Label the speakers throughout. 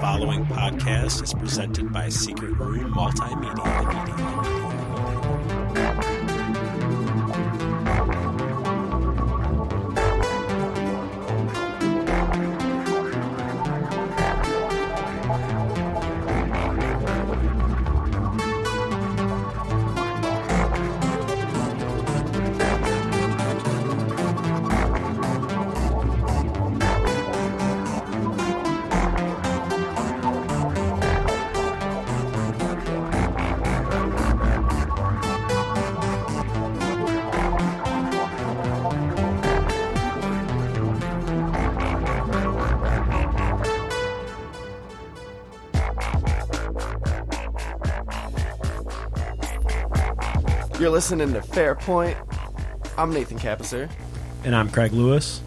Speaker 1: following podcast is presented by Secret Room Multimedia.
Speaker 2: You're listening to Fair Point. I'm Nathan Kapiser,
Speaker 1: And I'm Craig Lewis.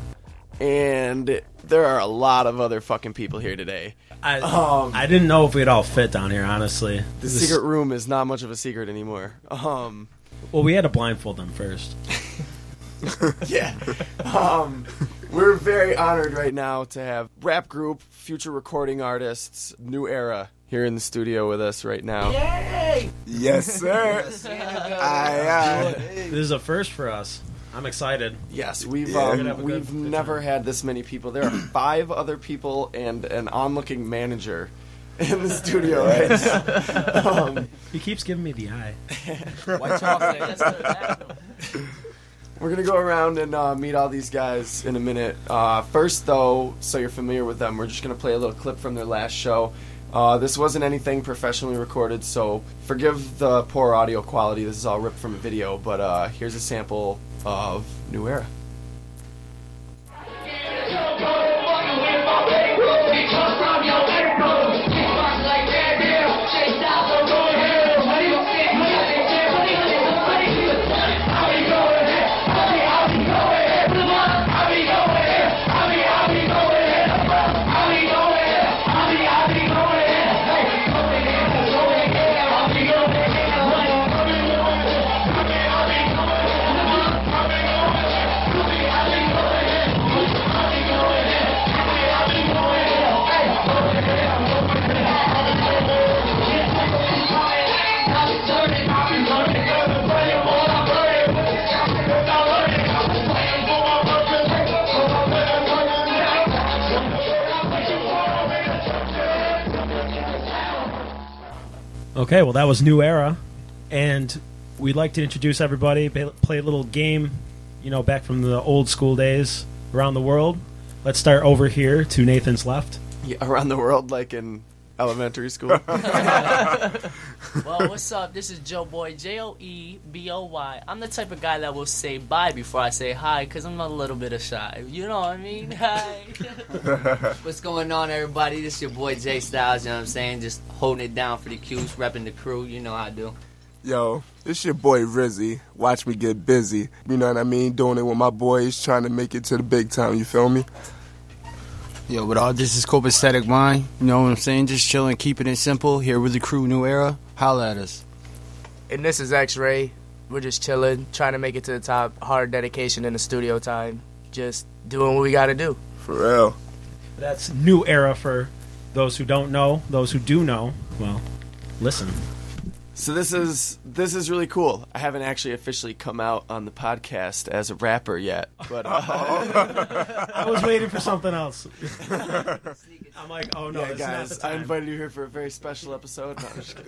Speaker 2: and there are a lot of other fucking people here today.
Speaker 1: I,
Speaker 2: Um,
Speaker 1: I didn't know if we'd all fit down here, honestly.
Speaker 2: The
Speaker 1: This-
Speaker 2: secret room is not much of a secret anymore. Um,
Speaker 1: Well, we had to blindfold them first.
Speaker 2: yeah. Um, we're very honored right now to have rap group, future recording artists, New Era here in the studio with us right now.
Speaker 3: Yes, sir. aye, aye.
Speaker 1: This is a first for us. I'm excited.
Speaker 2: Yes, we've
Speaker 3: Yeah. We're
Speaker 2: um,
Speaker 1: gonna have a
Speaker 2: we've
Speaker 1: good- good
Speaker 2: never had this many people. There are five other people and an onlooking manager in the studio right now. Um,
Speaker 1: He keeps giving me the eye.
Speaker 4: White chocolate. That's good. That's good.
Speaker 2: We're gonna go around and uh, meet all these guys in a minute. Uh, first, though, so you're familiar with them, we're just gonna play a little clip from their last show. Uh, this wasn't anything professionally recorded, so forgive the poor audio quality. This is all ripped from a video, but uh, here's a sample of New Era.
Speaker 1: Okay, well, that was New Era. And we'd like to introduce everybody, pa- play a little game, you know, back from the old school days around the world. Let's start over here to Nathan's left.
Speaker 2: Yeah, around the world, like in elementary school.
Speaker 4: Well, what's up? This is Joe Boy, J O E B O Y. I'm the type of guy that will say bye before I say hi because I'm a little bit of shy. You know what I mean? Hi. what's going on, everybody? This is your boy Jay Styles, you know what I'm saying? Just holding it down for the Qs, repping the crew. You know how I do.
Speaker 3: Yo, this your boy Rizzy. Watch me get busy. You know what I mean? Doing it with my boys, trying to make it to the big time. You feel me?
Speaker 5: Yo, but all this is copacetic wine. You know what I'm saying? Just chilling, keeping it simple. Here with the crew, new era. Holla at us.
Speaker 6: And this is X Ray. We're just chilling, trying to make it to the top. Hard dedication in the studio time. Just doing what we got to do.
Speaker 3: For real.
Speaker 1: That's New Era for those who don't know, those who do know. Well, listen.
Speaker 2: So this is this is really cool. I haven't actually officially come out on the podcast as a rapper yet, but uh,
Speaker 1: I was waiting for something else. I'm like, oh no,
Speaker 2: yeah,
Speaker 1: this is
Speaker 2: guys,
Speaker 1: not the
Speaker 2: I
Speaker 1: time.
Speaker 2: invited you here for a very special episode. No, I'm just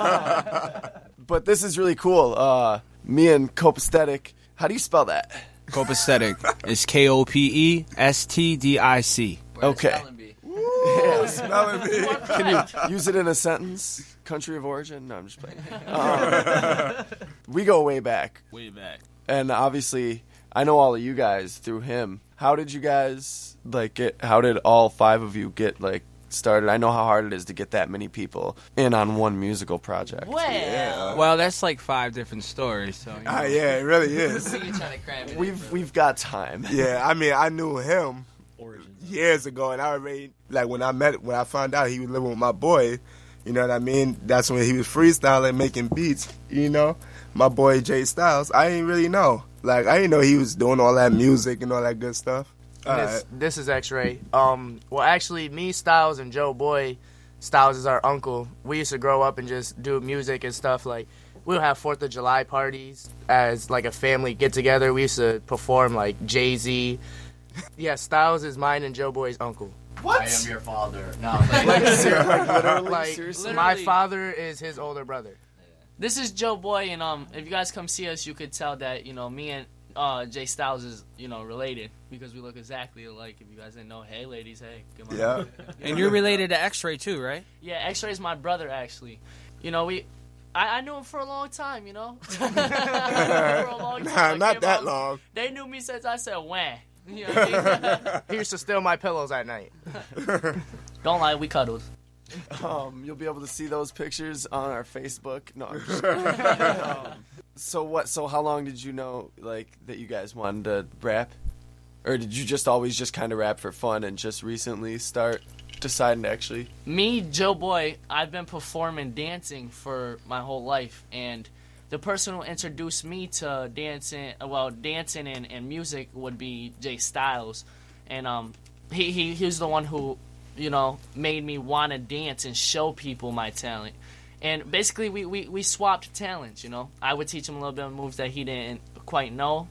Speaker 2: kidding. but this is really cool. Uh, me and Copaesthetic. How do you spell that?
Speaker 5: Copacetic. it's K O P E S T D I C.
Speaker 2: Okay, Yes.
Speaker 3: Smelling me.
Speaker 2: can you use it in a sentence? Country of origin? No, I'm just playing. Um, we go way back,
Speaker 5: Way back.
Speaker 2: and obviously, I know all of you guys through him. How did you guys like get? How did all five of you get like started? I know how hard it is to get that many people in on one musical project.
Speaker 4: Well,
Speaker 5: Well, that's like five different stories. So you know.
Speaker 3: Ah, yeah, it really is.
Speaker 4: see you trying to cram it. in,
Speaker 2: We've
Speaker 4: bro.
Speaker 2: we've got time.
Speaker 3: Yeah, I mean, I knew him
Speaker 1: Origins.
Speaker 3: years ago, and I already like when I met when I found out he was living with my boy. You know what I mean? That's when he was freestyling, making beats. You know, my boy Jay Styles. I didn't really know. Like I didn't know he was doing all that music and all that good stuff.
Speaker 6: This, this is X-Ray. Um, well, actually, me, Styles, and Joe Boy. Styles is our uncle. We used to grow up and just do music and stuff. Like we would have Fourth of July parties as like a family get together. We used to perform like Jay Z. Yeah, Styles is mine and Joe Boy's uncle.
Speaker 4: What? I am your father. No,
Speaker 6: Like, like, my father is his older brother.
Speaker 4: This is Joe Boy, and um, if you guys come see us, you could tell that you know me and uh Jay Styles is you know related because we look exactly alike. If you guys didn't know, hey ladies, hey, come on.
Speaker 3: Yeah.
Speaker 7: And you're related to X-Ray too, right?
Speaker 4: Yeah, X-Ray is my brother actually. You know we. I, I knew him for a long time, you know. For a long
Speaker 3: nah,
Speaker 4: I
Speaker 3: not
Speaker 4: came
Speaker 3: that
Speaker 4: out-
Speaker 3: long.
Speaker 4: They knew me since I said when. You know what I mean?
Speaker 6: He used to steal my pillows at night.
Speaker 4: Don't lie, we cuddled.
Speaker 2: Um, you'll be able to see those pictures on our Facebook. No. I'm just kidding. Um, so what? So how long did you know like that you guys wanted to rap, or did you just always just kind of rap for fun and just recently start deciding to actually?
Speaker 4: me, Joe Boy, I've been performing dancing for my whole life, and the person who introduced me to dancing, well, dancing and, and music would be Jay Styles, and um, he, he he was the one who, you know, made me want to dance and show people my talent, and basically we, we we swapped talents, you know. I would teach him a little bit of moves that he didn't quite know,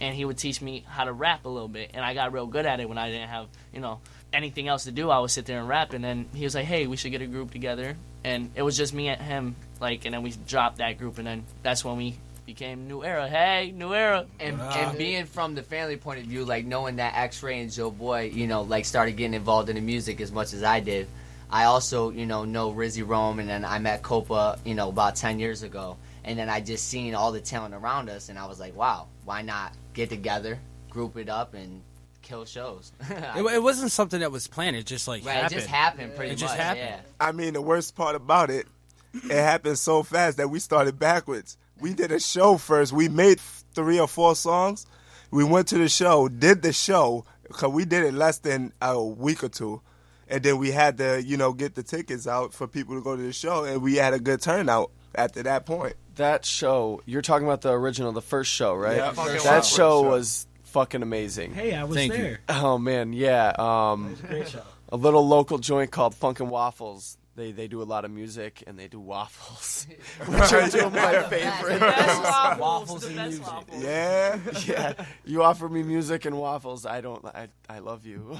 Speaker 4: and he would teach me how to rap a little bit and i got real good at it when i didn't have you know anything else to do i would sit there and rap and then he was like hey we should get a group together and it was just me and him like and then we dropped that group and then that's when we became new era hey new era
Speaker 8: And, and being from the family point of view, like knowing that X Ray and Joe Boy, you know, like started getting involved in the music as much as I did. I also, you know, know Rizzy Rome, and then I met Copa, you know, about ten years ago, and then I just seen all the talent around us, and I was like, wow, why not get together, group it up, and kill shows?
Speaker 7: It, wa- it wasn't something that was planned. It just like
Speaker 8: right,
Speaker 7: happened.
Speaker 8: it just happened, pretty
Speaker 7: It
Speaker 8: much.
Speaker 7: just happened.
Speaker 8: Yeah.
Speaker 3: I mean, the worst part about it, it happened so fast that we started backwards. We did a show first. We made f- three or four songs. We went to the show, did the show, because we did it less than a week or two. And then we had to, you know, get the tickets out for people to go to the show, and we had a good turnout after that point.
Speaker 2: That show you're talking about the original, the first show, right?
Speaker 3: Yeah,
Speaker 2: that
Speaker 3: first show. Show.
Speaker 2: show was fucking amazing.
Speaker 1: Hey, I was
Speaker 7: Thank you.
Speaker 1: there.
Speaker 2: Oh man, yeah. Um,
Speaker 1: Great show.
Speaker 2: a little local joint called Funkin' Waffles. They they do a lot of music and they do waffles, which are two of my favorite.
Speaker 4: best waffles,
Speaker 7: Waffles
Speaker 4: the
Speaker 7: and
Speaker 4: best
Speaker 7: music.
Speaker 4: waffles.
Speaker 3: Yeah.
Speaker 2: yeah, you offer me music and waffles. I don't. I I love you.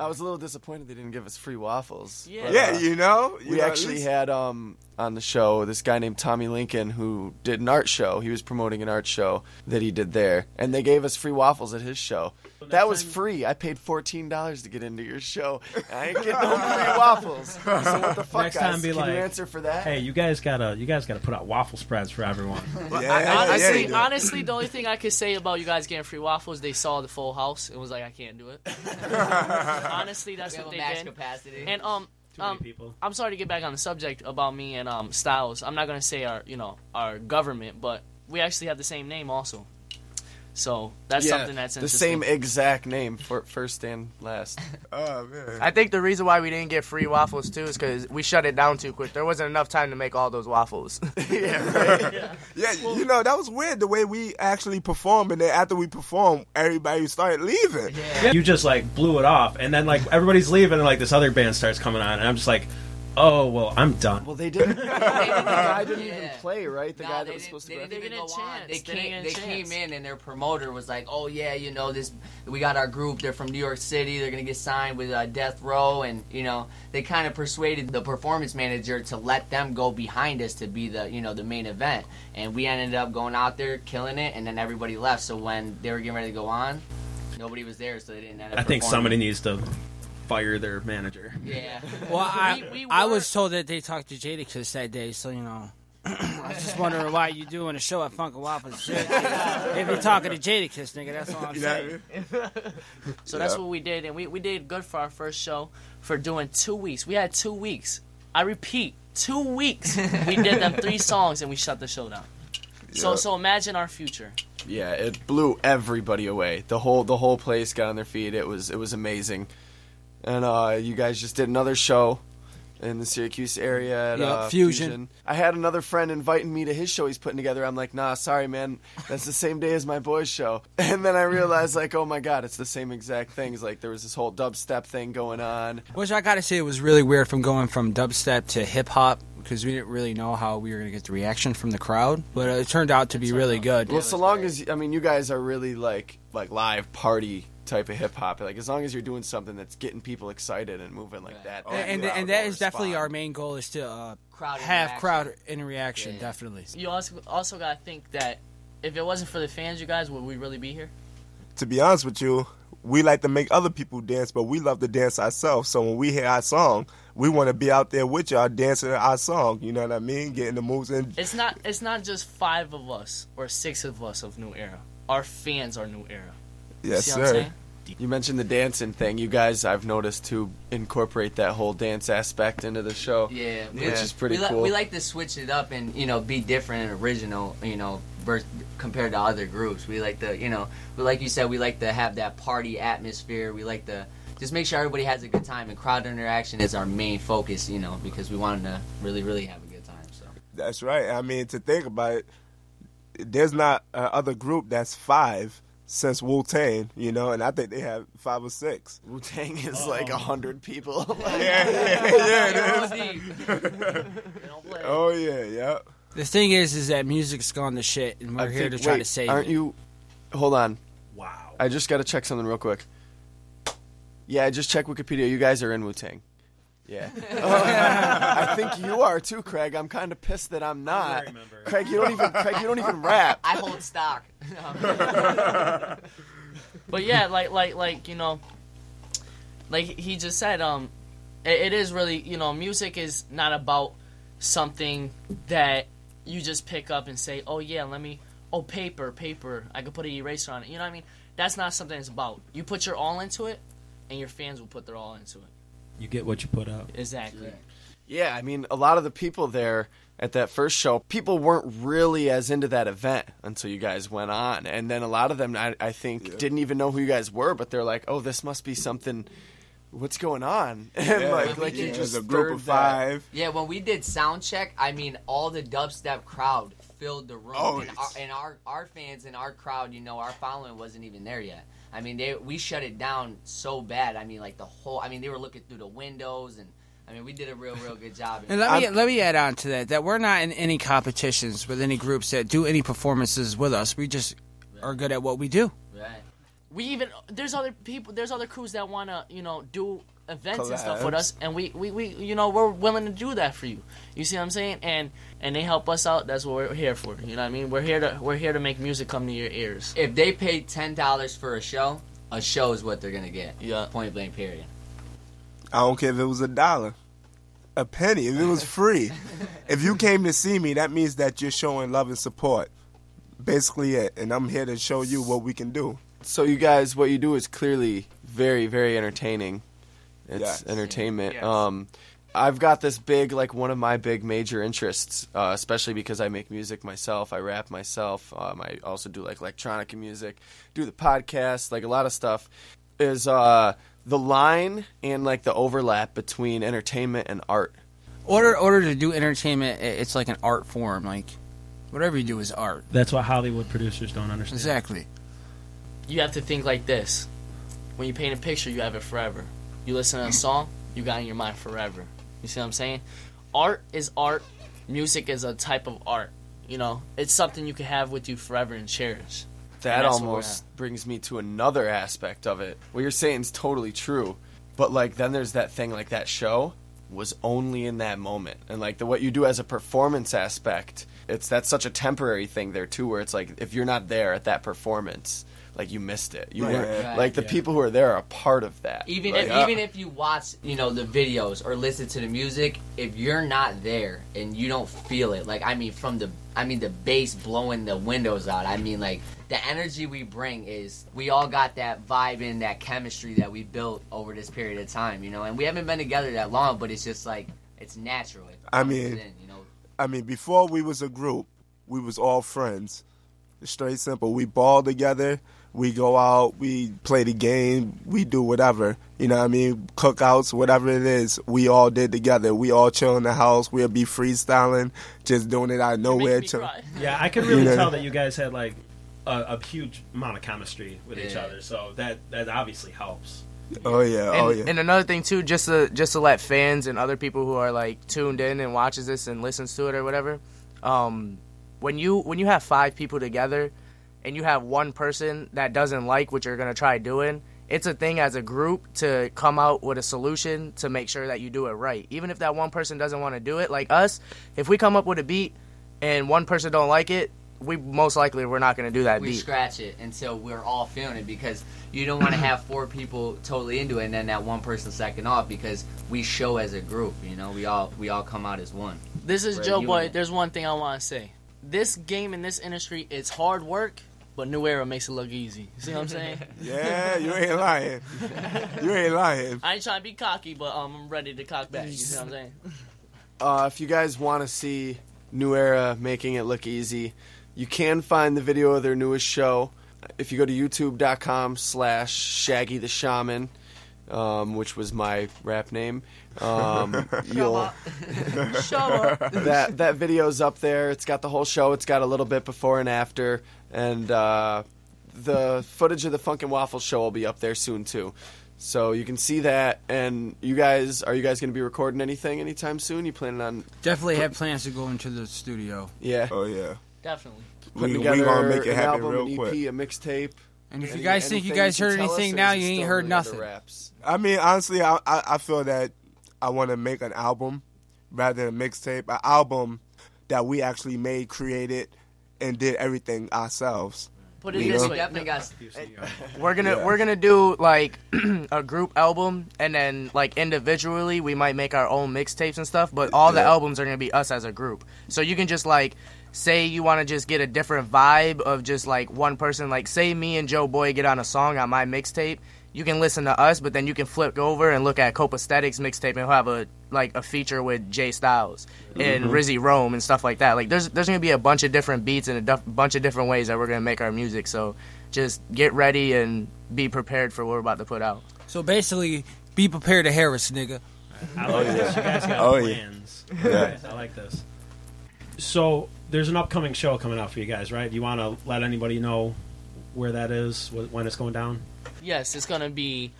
Speaker 2: I was a little disappointed they didn't give us free waffles.
Speaker 4: Yeah.
Speaker 2: but,
Speaker 3: Yeah,
Speaker 2: uh,
Speaker 3: you know? You
Speaker 2: we
Speaker 3: know, at
Speaker 2: actually
Speaker 3: least-
Speaker 2: had um, on the show this guy named Tommy Lincoln who did an art show. He was promoting an art show that he did there, and they gave us free waffles at his show. That was free. I paid fourteen dollars to get into your show. I ain't getting no free waffles. So what the fuck,
Speaker 1: Next
Speaker 2: guys?
Speaker 1: time be
Speaker 2: Can
Speaker 1: like,
Speaker 2: you answer for that?
Speaker 1: Hey, you guys gotta you guys gotta put out waffle spreads for everyone.
Speaker 3: Yeah, yeah,
Speaker 4: Honestly,
Speaker 3: you do.
Speaker 4: honestly, the only thing I could say about you guys getting free waffles, they saw the full house and was like, "I can't do it." honestly, that's
Speaker 8: We have
Speaker 4: what
Speaker 8: a
Speaker 4: they
Speaker 8: max
Speaker 4: did.
Speaker 8: capacity.
Speaker 4: And um,
Speaker 1: Too many
Speaker 4: um,
Speaker 1: people.
Speaker 4: I'm sorry to get back on the subject about me and um, Styles. I'm not gonna say our you know our government, but we actually have the same name also. So that's
Speaker 2: Yeah,
Speaker 4: something that's
Speaker 2: the
Speaker 4: interesting.
Speaker 2: same exact name for first and last.
Speaker 3: Oh, man.
Speaker 6: I think the reason why we didn't get free waffles too is because we shut it down too quick. There wasn't enough time to make all those waffles.
Speaker 3: Yeah, you know, that was weird the way we actually performed, and then after we performed, everybody started leaving.
Speaker 1: You just like blew it off, and then like everybody's leaving, and like this other band starts coming on, and I'm just like, oh well, I'm done.
Speaker 2: Well, they didn't. the guy didn't even
Speaker 8: Yeah.
Speaker 2: play, right? The
Speaker 8: Nah,
Speaker 2: guy
Speaker 8: they
Speaker 2: that was
Speaker 8: didn't-
Speaker 2: supposed to.
Speaker 8: they
Speaker 2: go
Speaker 8: didn't
Speaker 4: They
Speaker 8: even
Speaker 4: didn't
Speaker 8: go on.
Speaker 4: chance.
Speaker 8: They
Speaker 4: They didn't
Speaker 8: came,
Speaker 4: get
Speaker 8: they
Speaker 4: a
Speaker 8: came
Speaker 4: chance.
Speaker 8: in and their promoter was like, "Oh yeah, you know this. We got our group. They're from New York City. They're gonna get signed with uh, Death Row." And you know, they kind of persuaded the performance manager to let them go behind us to be the you know the main event. And we ended up going out there, killing it, and then everybody left. So when they were getting ready to go on, nobody was there, so they didn't end up.
Speaker 1: I think
Speaker 8: performing.
Speaker 1: somebody needs to fire their manager.
Speaker 8: Yeah.
Speaker 7: Well, I,
Speaker 4: We- we
Speaker 7: I
Speaker 4: were-
Speaker 7: was told that they talked to Jadakiss that day, so you know. I was just wondering why you doing a show at Funk and Waffles. shit. if you're talking to Jadakiss, nigga, that's all I'm saying.
Speaker 4: So that's what we did, and we, we did good for our first show for doing two weeks. We had two weeks. I repeat, two weeks. we did them three songs and we shut the show down. So
Speaker 3: Yeah.
Speaker 4: so imagine our future.
Speaker 2: Yeah, it blew everybody away. The whole the whole place got on their feet. It was it was amazing. And uh, you guys just did another show, in the Syracuse area at
Speaker 5: Yeah,
Speaker 2: uh,
Speaker 5: Fusion.
Speaker 2: I had another friend inviting me to his show he's putting together. I'm like, nah, sorry, man. That's the same day as my boy's show. And then I realized, like, oh my God, it's the same exact things. Like, there was this whole dubstep thing going on.
Speaker 5: Which I gotta say, it was really weird from going from dubstep to hip hop because we didn't really know how we were gonna get the reaction from the crowd. But uh, it turned out to be really good.
Speaker 2: Well, so long as, I mean, you guys are really like, like live party type of hip hop. Like, as long as you're doing something that's getting people excited and moving like that. that
Speaker 5: and
Speaker 2: crowd
Speaker 5: and that
Speaker 2: will
Speaker 5: is definitely
Speaker 2: respond.
Speaker 5: our main goal is to uh,
Speaker 8: Crowd
Speaker 5: have
Speaker 8: interaction.
Speaker 5: crowd in reaction. Definitely.
Speaker 4: You also also gotta think that if it wasn't for the fans, you guys would we really be here?
Speaker 3: to be honest with you, we like to make other people dance, but we love to dance ourselves. So when we hear our song, we want to be out there with y'all dancing our song. You know what I mean? Getting the moves in.
Speaker 4: It's not it's not just five of us or six of us of New Era. Our fans are New Era.
Speaker 3: Yes,
Speaker 4: See what I'm
Speaker 3: sir.
Speaker 4: saying?
Speaker 2: You mentioned the dancing thing. You guys, I've noticed, to incorporate that whole dance aspect into the show.
Speaker 8: Yeah,
Speaker 2: Which is pretty
Speaker 8: we li-
Speaker 2: cool.
Speaker 8: we like to switch it up and you know be different and original. You know, vers- compared to other groups, we like to you know, but like you said, we like to have that party atmosphere. We like to just make sure everybody has a good time and crowd interaction is our main focus. You know, because we wanted to really, really have a good time. So
Speaker 3: That's right. I mean, to think about it, there's not uh, other group that's five since Wu Tang. You know, and I think they have five or six.
Speaker 2: Wu Tang
Speaker 5: Oh,
Speaker 2: is like
Speaker 5: um,
Speaker 2: a hundred people.
Speaker 4: They don't play.
Speaker 3: Oh yeah, yeah.
Speaker 5: The thing is, is that music's gone to shit, and we're
Speaker 2: I
Speaker 5: here
Speaker 2: think-
Speaker 5: to try
Speaker 2: wait,
Speaker 5: to save
Speaker 2: Aren't
Speaker 5: it.
Speaker 2: you? Hold on.
Speaker 1: Wow.
Speaker 2: I just got to check something real quick. Yeah, I just checked Wikipedia. You guys are in Wu Tang. Yeah. I think you are too, Craig. I'm kind of pissed that I'm not.
Speaker 1: remember.
Speaker 2: Craig, you don't even. Craig, you don't even rap.
Speaker 8: I hold stock.
Speaker 4: But yeah, like like like you know, like he just said, um, it, it is really you know, music is not about something that you just pick up and say, oh yeah, let me, oh paper, paper, I could put an eraser on it. You know what I mean? That's not something it's about. You put your all into it, and your fans will put their all into it.
Speaker 1: You get what you put out.
Speaker 4: Exactly.
Speaker 2: Yeah, I mean, a lot of the people there at that first show, people weren't really as into that event until you guys went on. And then a lot of them, I, I think, didn't even know who you guys were, but they're like, oh, this must be something. What's going on? And like, like you
Speaker 8: Yeah.
Speaker 2: just
Speaker 3: There's a group
Speaker 2: stirred
Speaker 3: of
Speaker 2: that.
Speaker 3: five.
Speaker 8: yeah, when we did sound check, I mean, all the dubstep crowd filled the room,
Speaker 3: Oh,
Speaker 8: and, our,
Speaker 3: it's-
Speaker 8: and our our fans and our crowd, you know, our following wasn't even there yet. I mean, they we shut it down so bad. I mean, like the whole. I mean, they were looking through the windows, and I mean, we did a real, real good job.
Speaker 5: And let me let me add on to that that we're not in any competitions with any groups that do any performances with us. We just are good at what we do.
Speaker 8: Right.
Speaker 4: We even there's other people, there's other crews that wanna you know do events and stuff with
Speaker 3: Collabs.
Speaker 4: us, and we, we we you know we're willing to do that for you. You see what I'm saying? And and they help us out. That's what we're here for. You know what I mean? We're here to we're here to make music come to your ears.
Speaker 8: If they paid ten dollars for a show, a show is what they're gonna get.
Speaker 4: Yeah.
Speaker 8: Point blank. Period.
Speaker 3: I don't care if it was a dollar, a penny, if it was free. if you came to see me, that means that you're showing love and support. Basically it. And I'm here to show you what we can do.
Speaker 2: So you guys, what you do is clearly very, very entertaining. It's
Speaker 3: Yes.
Speaker 2: entertainment.
Speaker 6: Yes.
Speaker 2: Um, I've got this big, like one of my big major interests, uh, especially because I make music myself. I rap myself. Um, I also do like electronic music, do the podcast, like a lot of stuff. Is uh, the line and like the overlap between entertainment and art.
Speaker 5: Order order to do entertainment, i- it's like an art form. Like whatever you do is art.
Speaker 1: That's what Hollywood producers don't understand.
Speaker 5: Exactly.
Speaker 4: You have to think like this. When you paint a picture, you have it forever. You listen to a song, you got it in your mind forever. You see what I'm saying? Art is art. Music is a type of art. You know, it's something you can have with you forever and cherish.
Speaker 2: That
Speaker 4: that's what we're
Speaker 2: almost brings me to another aspect of it. What you're saying is totally true, but like then there's that thing like that show was only in that moment, and like the what you do as a performance aspect, it's that's such a temporary thing there too, where it's like if you're not there at that performance, like you missed it. You
Speaker 3: Right.
Speaker 2: weren't
Speaker 8: Right.
Speaker 2: like the people who are there are a part of that.
Speaker 8: Even
Speaker 2: Like,
Speaker 8: if,
Speaker 2: uh,
Speaker 8: even if you watch, you know, the videos or listen to the music, if you're not there and you don't feel it, like I mean, from the, I mean, the bass blowing the windows out. I mean, like the energy we bring is, we all got that vibe and that chemistry that we built over this period of time, you know. And we haven't been together that long, but it's just like it's natural. It
Speaker 3: I
Speaker 8: comes
Speaker 3: mean-
Speaker 8: in, you know,
Speaker 3: I mean, before we was a group, we was all friends. Straight simple. We balled together. We go out, we play the game, we do whatever. You know what I mean? Cookouts, whatever it is, we all did together. We all chill in the house. We'll be freestyling, just doing it out of nowhere.
Speaker 1: me
Speaker 3: till-
Speaker 1: cry. Yeah, I could really
Speaker 3: You know?
Speaker 1: tell that you guys had like a, a huge amount of chemistry with each
Speaker 6: Yeah.
Speaker 1: other, so that that obviously helps.
Speaker 3: Oh yeah,
Speaker 6: And,
Speaker 3: oh yeah.
Speaker 6: and another thing too, just to just to let fans and other people who are like tuned in and watches this and listens to it or whatever, um, when you when you have five people together, and you have one person that doesn't like what you're gonna try doing, it's a thing as a group to come out with a solution to make sure that you do it right. Even if that one person doesn't want to do it, like us, if we come up with a beat and one person don't like it, we most likely we're not gonna do that
Speaker 8: we
Speaker 6: beat.
Speaker 8: scratch it until we're all feeling it because you don't want to have four people totally into it and then that one person second off because we show as a group you know we all we all come out as one
Speaker 4: This is
Speaker 8: We're a
Speaker 4: Joe Boy.
Speaker 8: unit.
Speaker 4: There's one thing I want to say. This game in this industry is hard work, but New Era makes it look easy. See what I'm saying?
Speaker 3: Yeah, you ain't lying. You ain't lying.
Speaker 4: I ain't trying to be cocky, but um, I'm ready to cock back. You see what I'm saying?
Speaker 2: Uh, if you guys want to see New Era making it look easy, you can find the video of their newest show. If you go to youtube.com slash Shaggy the Shaman, um, which was my rap name, um, you'll, that, that video's up there. It's got the whole show. It's got a little bit before and after. And uh, the footage of the Funkin' Waffle show will be up there soon, too. So you can see that, and you guys are you guys going to be recording anything anytime soon? You planning on
Speaker 5: Definitely have plans to go into the studio.
Speaker 2: Yeah.
Speaker 3: Oh yeah.
Speaker 4: Definitely.
Speaker 3: We,
Speaker 2: putting
Speaker 3: we
Speaker 2: together
Speaker 3: gonna make it
Speaker 2: an
Speaker 3: happen
Speaker 2: album,
Speaker 3: real
Speaker 2: an E
Speaker 3: quick.
Speaker 2: EP, a mixtape.
Speaker 5: And if you
Speaker 2: Any-
Speaker 5: guys think you
Speaker 2: anything
Speaker 5: guys
Speaker 2: can
Speaker 5: heard
Speaker 2: tell us,
Speaker 5: anything
Speaker 2: or
Speaker 5: now,
Speaker 2: is it
Speaker 5: you ain't
Speaker 2: still
Speaker 5: heard
Speaker 2: really under
Speaker 5: nothing.
Speaker 2: Wraps.
Speaker 3: I mean, honestly, I, I, I feel that I want to make an album rather than a mixtape, an album that we actually made, created, and did everything ourselves.
Speaker 4: Put
Speaker 8: we
Speaker 4: it this way.
Speaker 8: definitely got
Speaker 6: We're gonna
Speaker 3: Yeah.
Speaker 6: we're gonna do like a group album, and then like individually we might make our own mixtapes and stuff. But all the
Speaker 3: Yeah.
Speaker 6: albums are gonna be us as a group. So you can just like say you want to just get a different vibe of just like one person. Like say me and Joe Boy get on a song on my mixtape. You can listen to us, but then you can flip over and look at Copaesthetics mixtape and he'll have a like a feature with Jay Styles and
Speaker 4: Mm-hmm.
Speaker 6: Rizzy Rome and stuff like that. Like there's there's gonna be a bunch of different beats and a duff- bunch of different ways that we're gonna make our music. So just get ready and be prepared for what we're about to put out.
Speaker 5: So basically, be prepared to hear us, nigga.
Speaker 1: I like this. You guys got
Speaker 3: Oh, yeah.
Speaker 1: plans. Guys, I like this. So there's an upcoming show coming out for you guys, right? Do you want to let anybody know where that is, wh- when it's going down?
Speaker 4: Yes, it's gonna be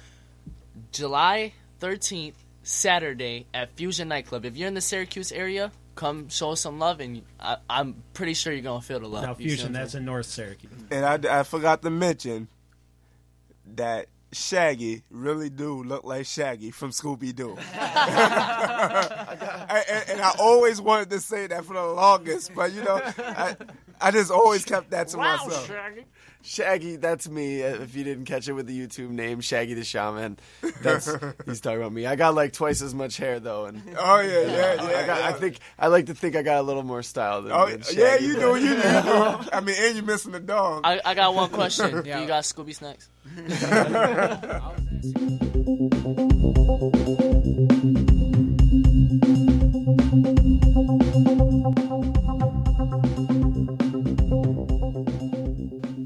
Speaker 4: July 13th, Saturday at Fusion Nightclub. If you're in the Syracuse area, come show us some love, and I, I'm pretty sure you're gonna feel the love.
Speaker 1: Now
Speaker 4: You see
Speaker 1: Fusion,
Speaker 4: what I'm
Speaker 1: that's in North Syracuse.
Speaker 3: And I, I forgot to mention that Shaggy really do look like Shaggy from Scooby Doo. and, and- and I always wanted to say that for the longest, but you know, I, I just always kept that to
Speaker 4: Oh,
Speaker 3: myself.
Speaker 2: Shaggy, that's me. uh, If you didn't catch it with the YouTube name, Shaggy the Shaman. That's he's talking about me. I got like twice as much hair though, and
Speaker 3: Oh yeah, yeah, yeah.
Speaker 2: I, got, I
Speaker 3: yeah.
Speaker 2: think I like to think I got a little more style than,
Speaker 3: Oh
Speaker 2: than Shaggy.
Speaker 3: yeah, you
Speaker 2: but-
Speaker 3: do, you do, you do. I mean, and you missing the dog.
Speaker 4: I, I got one question.
Speaker 5: Yeah.
Speaker 4: Do you got Scooby snacks?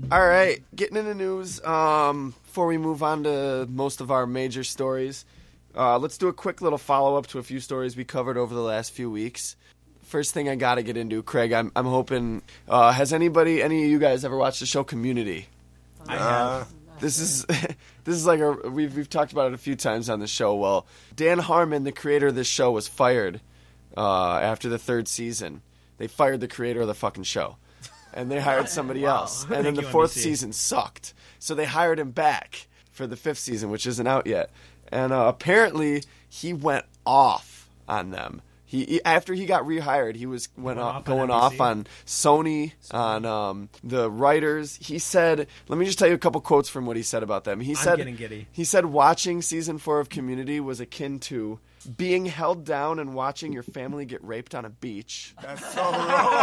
Speaker 2: All right, getting into news. Um, before we move on to most of our major stories, uh, let's do a quick little follow up to a few stories we covered over the last few weeks. First thing I got to get into, Craig. I'm I'm hoping. Uh, has anybody, any of you guys, ever watched the show Community?
Speaker 1: I have.
Speaker 2: This is this is like a we've we've talked about it a few times on the show. Well, Dan Harmon, the creator of this show, was fired uh, after the third season. They fired the creator of the fucking show, and they hired somebody else. And then
Speaker 1: Thank
Speaker 2: the
Speaker 1: you,
Speaker 2: fourth
Speaker 1: NBC.
Speaker 2: season sucked, so they hired him back for the fifth season, which isn't out yet. And uh, apparently, he went off on them. He, he- after he got rehired, he was went,
Speaker 1: off
Speaker 2: off,
Speaker 1: on
Speaker 2: going
Speaker 1: NBC?
Speaker 2: off on on Sony, on um, the writers. He said, let me just tell you a couple quotes from what he said about them. He said,
Speaker 1: getting giddy.
Speaker 2: He said, watching season four of Community was akin to being held down and watching your family get raped on a beach.
Speaker 3: That's so wrong.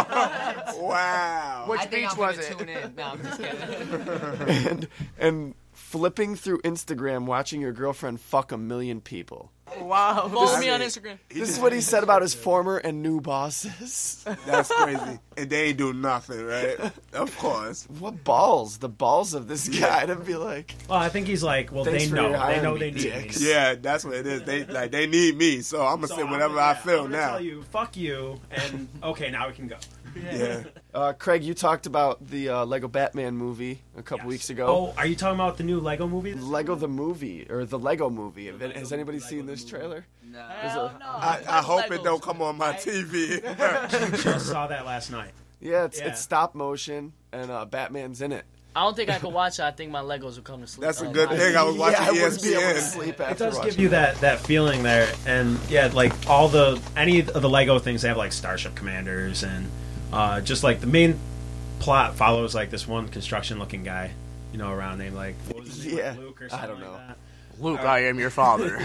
Speaker 3: wow.
Speaker 8: I
Speaker 6: Which
Speaker 8: think
Speaker 6: beach
Speaker 8: I'm
Speaker 6: was
Speaker 8: gonna
Speaker 6: it?
Speaker 8: tune in. No, I'm just kidding.
Speaker 2: and, and flipping through Instagram, watching your girlfriend fuck a million people.
Speaker 8: Oh,
Speaker 6: Wow.
Speaker 4: Follow me on Instagram.
Speaker 2: This is what he said about his former and new bosses.
Speaker 3: That's crazy. and they ain't do nothing, right? Of course.
Speaker 2: What balls? The balls of this guy to be like,
Speaker 1: Well, I think he's like, well,
Speaker 2: Thanks
Speaker 1: they
Speaker 2: for
Speaker 1: know, they
Speaker 2: hiring
Speaker 1: know
Speaker 2: me,
Speaker 1: they need me.
Speaker 2: dicks.
Speaker 3: Yeah, that's what it is. They like they need me, so I'm gonna
Speaker 1: So
Speaker 3: say
Speaker 1: I'm
Speaker 3: whatever
Speaker 1: gonna-
Speaker 3: I feel
Speaker 1: I'm gonna
Speaker 3: now.
Speaker 1: Tell you, fuck you, and okay, now we can go.
Speaker 3: Yeah.
Speaker 2: uh, Craig, you talked about the uh, Lego Batman movie a couple weeks ago.
Speaker 1: Oh, are you talking about the new Lego movie?
Speaker 2: Lego the movie or the Lego movie. Have- Has
Speaker 1: Lego-
Speaker 2: anybody
Speaker 1: Lego
Speaker 2: seen
Speaker 1: the
Speaker 2: this
Speaker 1: movie.
Speaker 2: trailer?
Speaker 4: Hell no.
Speaker 3: I, I hope it
Speaker 4: Legos.
Speaker 3: don't come on my TV.
Speaker 1: Just saw that last night.
Speaker 2: Yeah, it's
Speaker 1: Yeah.
Speaker 2: it's stop motion and uh, Batman's in it.
Speaker 4: I don't think I could watch it. I think my Legos will come to sleep.
Speaker 3: That's a
Speaker 4: Oh,
Speaker 3: good
Speaker 4: my-
Speaker 3: thing. I was
Speaker 2: yeah, I
Speaker 3: watching E
Speaker 2: wouldn't be able to
Speaker 3: ESPN.
Speaker 2: sleep
Speaker 1: It
Speaker 2: after
Speaker 1: does
Speaker 2: watching.
Speaker 1: give you that that feeling there, and yeah, like all the any of the Lego things they have like Starship Commanders and uh, just like the main plot follows like this one construction looking guy, you know, around named like what was his name, like,
Speaker 2: Yeah,
Speaker 1: Luke or
Speaker 2: I
Speaker 1: something
Speaker 2: don't
Speaker 1: like
Speaker 2: know.
Speaker 1: that.
Speaker 6: Luke, I am your father.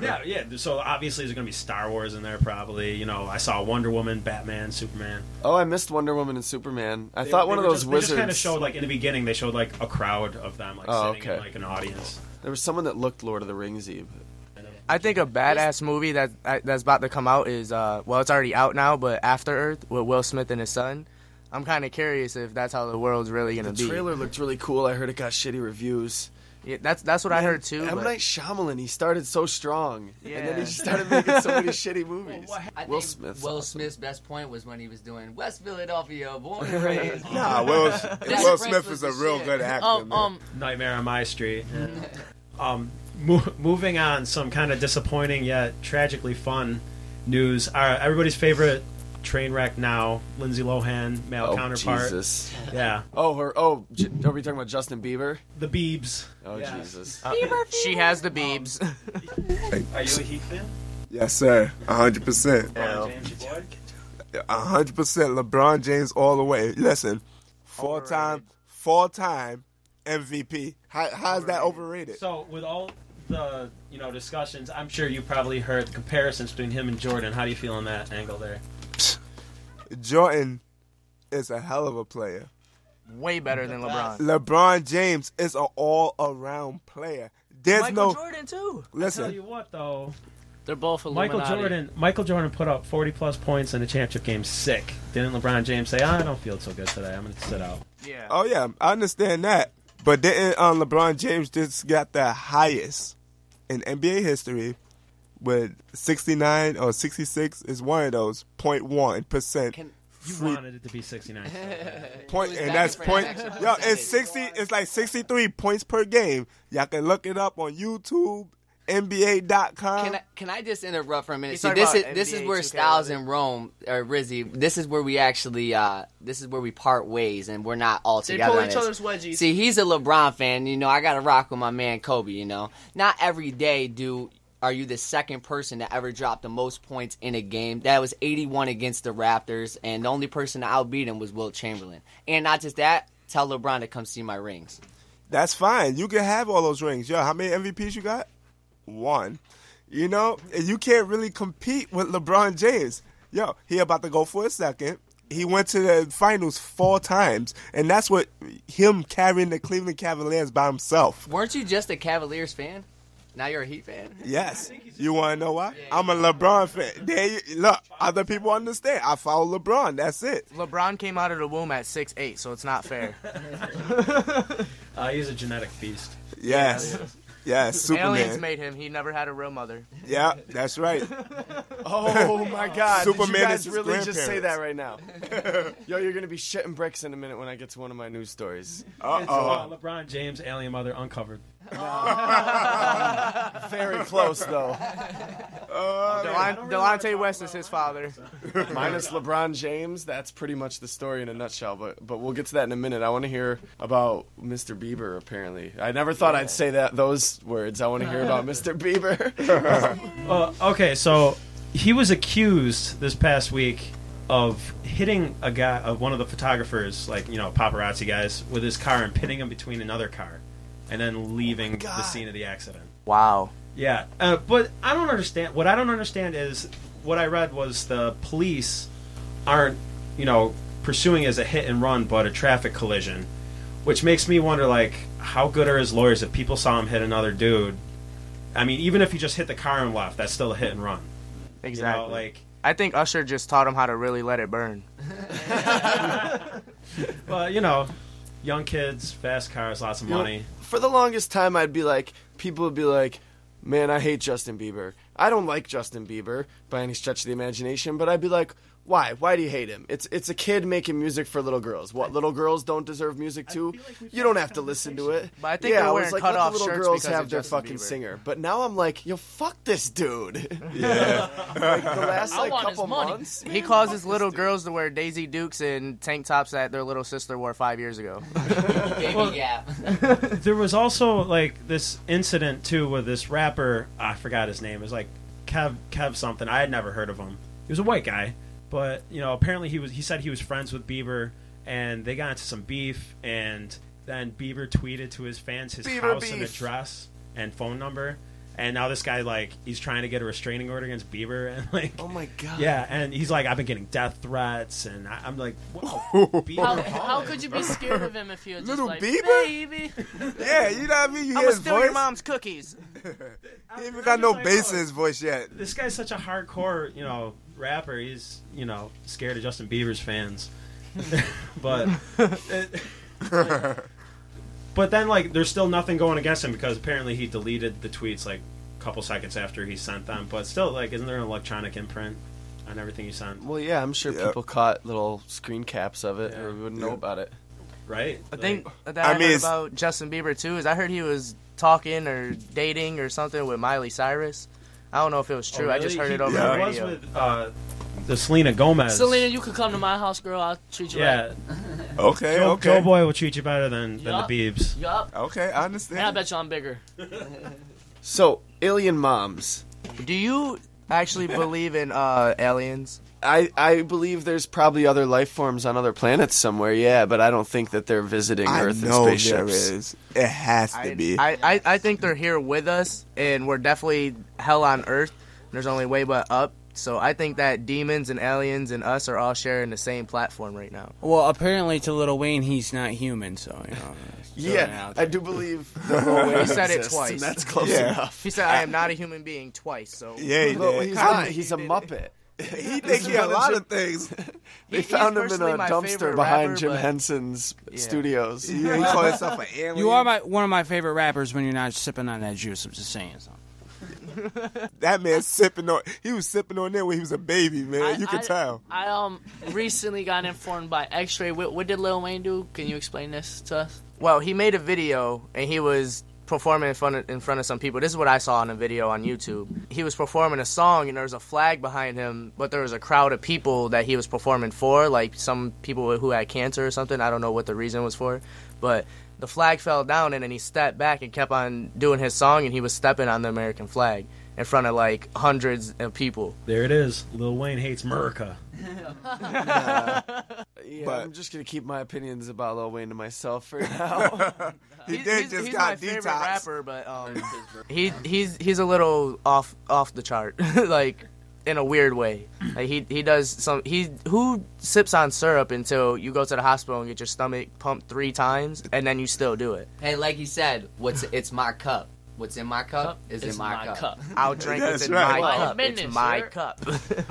Speaker 1: yeah, yeah. So obviously there's gonna be Star Wars in there probably. You know, I saw Wonder Woman, Batman, Superman.
Speaker 2: Oh, I missed Wonder Woman and Superman. I
Speaker 1: They-
Speaker 2: thought
Speaker 1: they
Speaker 2: one of
Speaker 1: were
Speaker 2: those
Speaker 1: just, They just kind of
Speaker 2: wizards.
Speaker 1: showed like in the beginning they showed like a crowd of them like
Speaker 2: Oh,
Speaker 1: sitting in
Speaker 2: okay.
Speaker 1: like an audience.
Speaker 2: There was someone that looked Lord of the Ringsy. but-
Speaker 6: I think a badass movie that I- that's about to come out is uh well it's already out now, but After Earth with Will Smith and his son. I'm kind of curious if that's how the world's really gonna
Speaker 2: The
Speaker 6: be.
Speaker 2: trailer looked really cool. I heard it got shitty reviews.
Speaker 6: Yeah, that's that's what I heard too.
Speaker 2: M
Speaker 6: but-
Speaker 2: Night Shyamalan, he started so strong, and then
Speaker 6: Yeah.
Speaker 2: he just started making so many shitty movies.
Speaker 8: I
Speaker 2: Will
Speaker 8: think
Speaker 2: Smith's
Speaker 8: Will
Speaker 2: awesome.
Speaker 8: Smith's best point was when he was doing West Philadelphia, born and raised.
Speaker 3: Nah, Will, Will
Speaker 8: Prince
Speaker 3: Smith is
Speaker 8: was
Speaker 3: a
Speaker 8: the
Speaker 3: real
Speaker 8: shit.
Speaker 3: good actor.
Speaker 4: Um,
Speaker 3: man.
Speaker 4: um,
Speaker 1: Nightmare on My Street. um, mo- moving on, some kind of disappointing yet tragically fun news. Our, everybody's favorite train wreck now, Lindsay Lohan, male
Speaker 2: Oh,
Speaker 1: counterpart.
Speaker 2: Jesus.
Speaker 1: Yeah,
Speaker 2: Oh, her. Oh, J- are we talking about Justin Bieber?
Speaker 1: the Beebs.
Speaker 2: Oh,
Speaker 1: Yeah.
Speaker 2: Jesus.
Speaker 6: she has the beebs.
Speaker 1: Are you a Heath fan?
Speaker 3: Yes, sir. hundred percent.
Speaker 2: Ow.
Speaker 3: hundred percent. LeBron James all the way. Listen, four time, four time MVP. How, how's that overrated?
Speaker 1: So, with all the you know discussions, I'm sure you probably heard the comparisons between him and Jordan. How do you feel on that angle there?
Speaker 3: Jordan is a hell of a player.
Speaker 6: Way better than LeBron.
Speaker 3: LeBron James is an all-around player. There's
Speaker 6: Michael
Speaker 3: no
Speaker 6: Jordan too.
Speaker 1: Tell you
Speaker 3: listen.
Speaker 1: what, though,
Speaker 4: they're both
Speaker 1: Michael
Speaker 4: Illuminati.
Speaker 1: Jordan. Michael Jordan put up 40 plus points in a championship game. Sick. Didn't LeBron James say, "Ah, "I don't feel so good today. I'm going to sit out."
Speaker 6: Yeah.
Speaker 3: Oh yeah, I understand that. But didn't um, LeBron James just got the highest in NBA history with 69 or 66 is one of those 0.1 percent.
Speaker 8: Can-
Speaker 1: You
Speaker 3: Free-
Speaker 1: wanted it to be 69.
Speaker 3: Point
Speaker 8: was
Speaker 3: and
Speaker 8: back
Speaker 3: that's
Speaker 8: for
Speaker 3: point.
Speaker 8: an actual
Speaker 3: Yo,
Speaker 8: percentage.
Speaker 3: it's sixty. It's like sixty-three points per game. Y'all can look it up on YouTube,
Speaker 8: Can
Speaker 3: NBA.com.
Speaker 8: I, can I just interrupt for a minute?
Speaker 6: He's
Speaker 8: See,
Speaker 6: talking
Speaker 8: this is
Speaker 6: about
Speaker 8: this is
Speaker 6: NBA
Speaker 8: where
Speaker 6: 2K,
Speaker 8: Styles
Speaker 6: right?
Speaker 8: and Rome or Rizzy. This is where we actually uh, this is where we part ways and we're not all
Speaker 4: They
Speaker 8: together.
Speaker 4: pull
Speaker 8: on
Speaker 4: each
Speaker 8: this.
Speaker 4: other's wedgies.
Speaker 8: See, he's a LeBron fan. You know, I got to rock with my man Kobe. You know, not every day do are you the second person to ever drop the most points in a game. That was 81 against the Raptors, and the only person to outbeat him was Will Chamberlain. And not just that, tell LeBron to come see my rings.
Speaker 3: That's fine. You can have all those rings. Yo, how many MVPs you got? One. You know, and you can't really compete with LeBron James. Yo, he about to go for a second. He went to the finals four times, and that's what him carrying the Cleveland Cavaliers by himself.
Speaker 8: Weren't you just a Cavaliers fan? Now you're a Heat fan.
Speaker 3: Yes. You want to know why? I'm a LeBron fan. There you, look, other people understand. I follow LeBron. That's it.
Speaker 6: LeBron came out of the womb at six eight, so it's not fair.
Speaker 1: Uh, he's a genetic beast.
Speaker 3: Yes. Yes,
Speaker 6: Aliens
Speaker 3: Superman.
Speaker 6: made him. He never had a real mother.
Speaker 3: Yeah, that's right.
Speaker 2: Oh my God! Did
Speaker 3: Superman is
Speaker 2: you guys
Speaker 3: his
Speaker 2: really just say that
Speaker 3: grandparents.
Speaker 2: right now? Yo, you're gonna be shitting bricks in a minute when I get to one of my news stories.
Speaker 1: Uh,
Speaker 3: Uh-oh.
Speaker 1: LeBron James, alien mother, uncovered.
Speaker 2: Very close though.
Speaker 6: Delon- Delonte West is his father.
Speaker 2: Minus LeBron James, that's pretty much the story in a nutshell. But but we'll get to that in a minute. I want to hear about Mr. Bieber. Apparently, I never thought I'd say that those words. I want to hear about Mr. Bieber.
Speaker 1: Uh, okay, so he was accused this past week of hitting a guy, uh, one of the photographers, like you know paparazzi guys, with his car and pitting him between another car, and then leaving the scene of the accident.
Speaker 6: Wow.
Speaker 1: Yeah, uh, but I don't understand. What I don't understand is what I read was the police aren't, you know, pursuing as a hit and run, but a traffic collision, which makes me wonder, like, how good are his lawyers if people saw him hit another dude? I mean, even if you just hit the car and left, that's still a hit and run.
Speaker 6: Exactly.
Speaker 1: like-
Speaker 6: I think Usher just taught him how to really let it burn.
Speaker 1: Well, you know, young kids, fast cars, lots of
Speaker 2: You know,
Speaker 1: money.
Speaker 2: for the longest time, I'd be like, people would be like, man, I hate Justin Bieber. I don't like Justin Bieber by any stretch of the imagination, but I'd be like, why? Why do you hate him? It's it's a kid making music for little girls. What little girls don't deserve music too? you don't have to listen to it.
Speaker 6: But I think
Speaker 2: yeah,
Speaker 6: they're
Speaker 2: I
Speaker 6: wearing
Speaker 2: was like, let
Speaker 6: cut-off
Speaker 2: the little
Speaker 6: shirts
Speaker 2: girls
Speaker 6: because of
Speaker 2: have their
Speaker 6: Justin
Speaker 2: fucking
Speaker 6: Bieber.
Speaker 2: singer. But now I'm like, yo, fuck this dude.
Speaker 3: Yeah.
Speaker 2: like the last
Speaker 4: I
Speaker 2: like
Speaker 4: want his
Speaker 2: couple
Speaker 4: money.
Speaker 2: months,
Speaker 6: He causes little girls to wear Daisy Dukes and tank tops that their little sister wore five years ago.
Speaker 8: Baby Gap.
Speaker 1: There was also like this incident too with this rapper. I forgot his name. It was like Kev Kev something. I had never heard of him. He was a white guy, but you know, apparently he was. He said he was friends with Bieber, and they got into some beef. And then Bieber tweeted to his fans his
Speaker 2: Bieber
Speaker 1: house and
Speaker 2: beef.
Speaker 1: address and phone number. And now this guy like he's trying to get a restraining order against Bieber and like
Speaker 2: Oh my god.
Speaker 1: yeah, and he's like I've been getting death threats, and I, I'm like, whoa, Bieber,
Speaker 4: How, how could you be scared of him if he was just
Speaker 3: Little
Speaker 4: like,
Speaker 3: Bieber?
Speaker 4: baby,
Speaker 3: yeah, you know what I mean? You hear
Speaker 6: I'm gonna
Speaker 3: his
Speaker 6: steal your
Speaker 3: voice.
Speaker 6: mom's cookies.
Speaker 3: He even got no bass in his voice yet.
Speaker 1: this guy's such a hardcore, you know, rapper. He's, you know, scared of Justin Bieber's fans. but but then like there's still nothing going against him because apparently he deleted the tweets like a couple seconds after he sent them. But still like isn't there an electronic imprint on everything you sent,
Speaker 2: Well, yeah, I'm sure
Speaker 3: Yeah.
Speaker 2: people caught little screen caps of it,
Speaker 1: Yeah.
Speaker 2: or we wouldn't
Speaker 3: Yeah.
Speaker 2: know about it.
Speaker 1: right?
Speaker 6: The thing that
Speaker 3: I
Speaker 6: I,
Speaker 3: mean,
Speaker 6: heard
Speaker 3: it's-
Speaker 6: about Justin Bieber too is I heard he was talking or dating or something with Miley Cyrus. I don't know if it
Speaker 1: Oh,
Speaker 6: was true. I just heard it over
Speaker 3: Yeah.
Speaker 1: yeah.
Speaker 6: the
Speaker 1: was
Speaker 6: radio.
Speaker 1: with uh, the Selena Gomez.
Speaker 4: Selena, you could come to my house, girl. I'll treat you right.
Speaker 1: yeah,
Speaker 3: Okay,
Speaker 1: Joe,
Speaker 3: okay.
Speaker 1: Joe Boy will treat you better than, than
Speaker 4: Yeah.
Speaker 1: the Biebs.
Speaker 4: Yup.
Speaker 3: Okay, I
Speaker 4: And I
Speaker 3: understand.
Speaker 4: bet you I'm bigger.
Speaker 2: So, alien moms.
Speaker 6: Do you actually believe in uh, aliens?
Speaker 2: I, I believe there's probably other life forms on other planets somewhere, yeah, but I don't think that they're visiting
Speaker 3: I
Speaker 2: Earth
Speaker 3: know
Speaker 2: in
Speaker 3: there
Speaker 2: spaceships.
Speaker 3: is. It has to be.
Speaker 6: I, I, I think they're here with us, and we're definitely hell on earth. There's only way but up. So I think that demons and aliens and us are all sharing the same platform right now.
Speaker 5: Well, apparently to Little Wayne, he's not human, so you know.
Speaker 2: Yeah, I do believe the whole way
Speaker 6: He said it
Speaker 2: exists,
Speaker 6: twice.
Speaker 2: and that's close
Speaker 3: Yeah.
Speaker 2: enough.
Speaker 6: He said, "I am not a human being." Twice. So
Speaker 3: yeah, he
Speaker 2: No,
Speaker 3: did.
Speaker 2: he's
Speaker 3: Kinda.
Speaker 2: not. He's a Muppet.
Speaker 3: He thinks he a lot of things.
Speaker 2: They
Speaker 6: he's
Speaker 2: found him in
Speaker 6: personally
Speaker 2: a
Speaker 6: my
Speaker 2: dumpster
Speaker 6: favorite
Speaker 2: behind
Speaker 6: rapper,
Speaker 2: Jim
Speaker 6: but-
Speaker 2: Henson's studios.
Speaker 3: He, he called himself an alien.
Speaker 5: You are my, one of my favorite rappers when you're not sipping on that juice. I'm just saying. So.
Speaker 3: that man sipping on. He was sipping on there when he was a baby, man.
Speaker 4: I-
Speaker 3: you can
Speaker 4: I-
Speaker 3: tell.
Speaker 4: I um recently got informed by X-Ray. What, what did Lil Wayne do? Can you explain this to us?
Speaker 6: Well, he made a video and he was performing in front of, in front of some people. This is what I saw in a video on YouTube. He was performing a song and there was a flag behind him, but there was a crowd of people that he was performing for, like some people who had cancer or something. I don't know what the reason was for, but the flag fell down and then he stepped back and kept on doing his song and he was stepping on the American flag in front of like hundreds of people.
Speaker 1: There it is. Lil Wayne hates America.
Speaker 2: Yeah,
Speaker 3: But-
Speaker 2: I'm just gonna keep my opinions about Lil Wayne to myself for now.
Speaker 3: He
Speaker 6: He's-
Speaker 3: did
Speaker 6: he's,
Speaker 3: just
Speaker 6: he's my
Speaker 3: got
Speaker 6: favorite
Speaker 3: detox.
Speaker 6: rapper, but um, he he's he's a little off off the chart, like in a weird way. Like he he does some he who sips on syrup until you go to the hospital and get your stomach pumped three times, and then you still do it.
Speaker 8: Hey, like he said, what's it's my cup. What's in my cup is
Speaker 4: It's
Speaker 8: in my, cup.
Speaker 6: I'll drink
Speaker 3: That's
Speaker 6: within
Speaker 3: right.
Speaker 6: my
Speaker 4: Mind your
Speaker 6: cup.
Speaker 4: business,
Speaker 6: it's my
Speaker 4: sir.
Speaker 6: cup.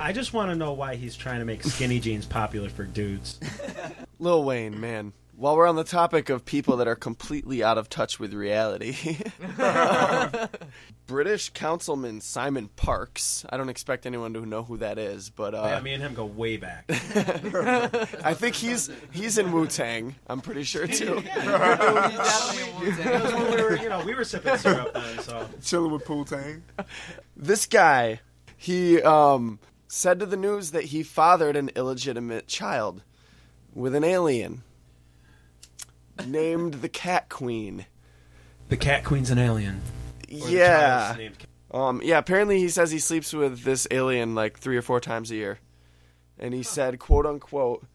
Speaker 1: I just want to know why he's trying to make skinny jeans popular for dudes.
Speaker 2: Uh. Lil Wayne, man. While we're on the topic of people that are completely out of touch with reality, British Councilman Simon Parks. I don't expect anyone to know who that is, but uh,
Speaker 1: Yeah, me and him go way back.
Speaker 2: I think he's he's in Wu Tang. I'm pretty sure too.
Speaker 1: That's when we were, you know, we were sipping syrup then, so
Speaker 3: Chilling with Poo Tang.
Speaker 2: this guy, he um, said to the news that he fathered an illegitimate child with an alien named the Cat Queen.
Speaker 1: the cat queen's an alien. Or the
Speaker 2: yeah.
Speaker 1: child's named Cat-
Speaker 2: Um, yeah, apparently he says he sleeps with this alien like three or four times a year. And he said, quote unquote,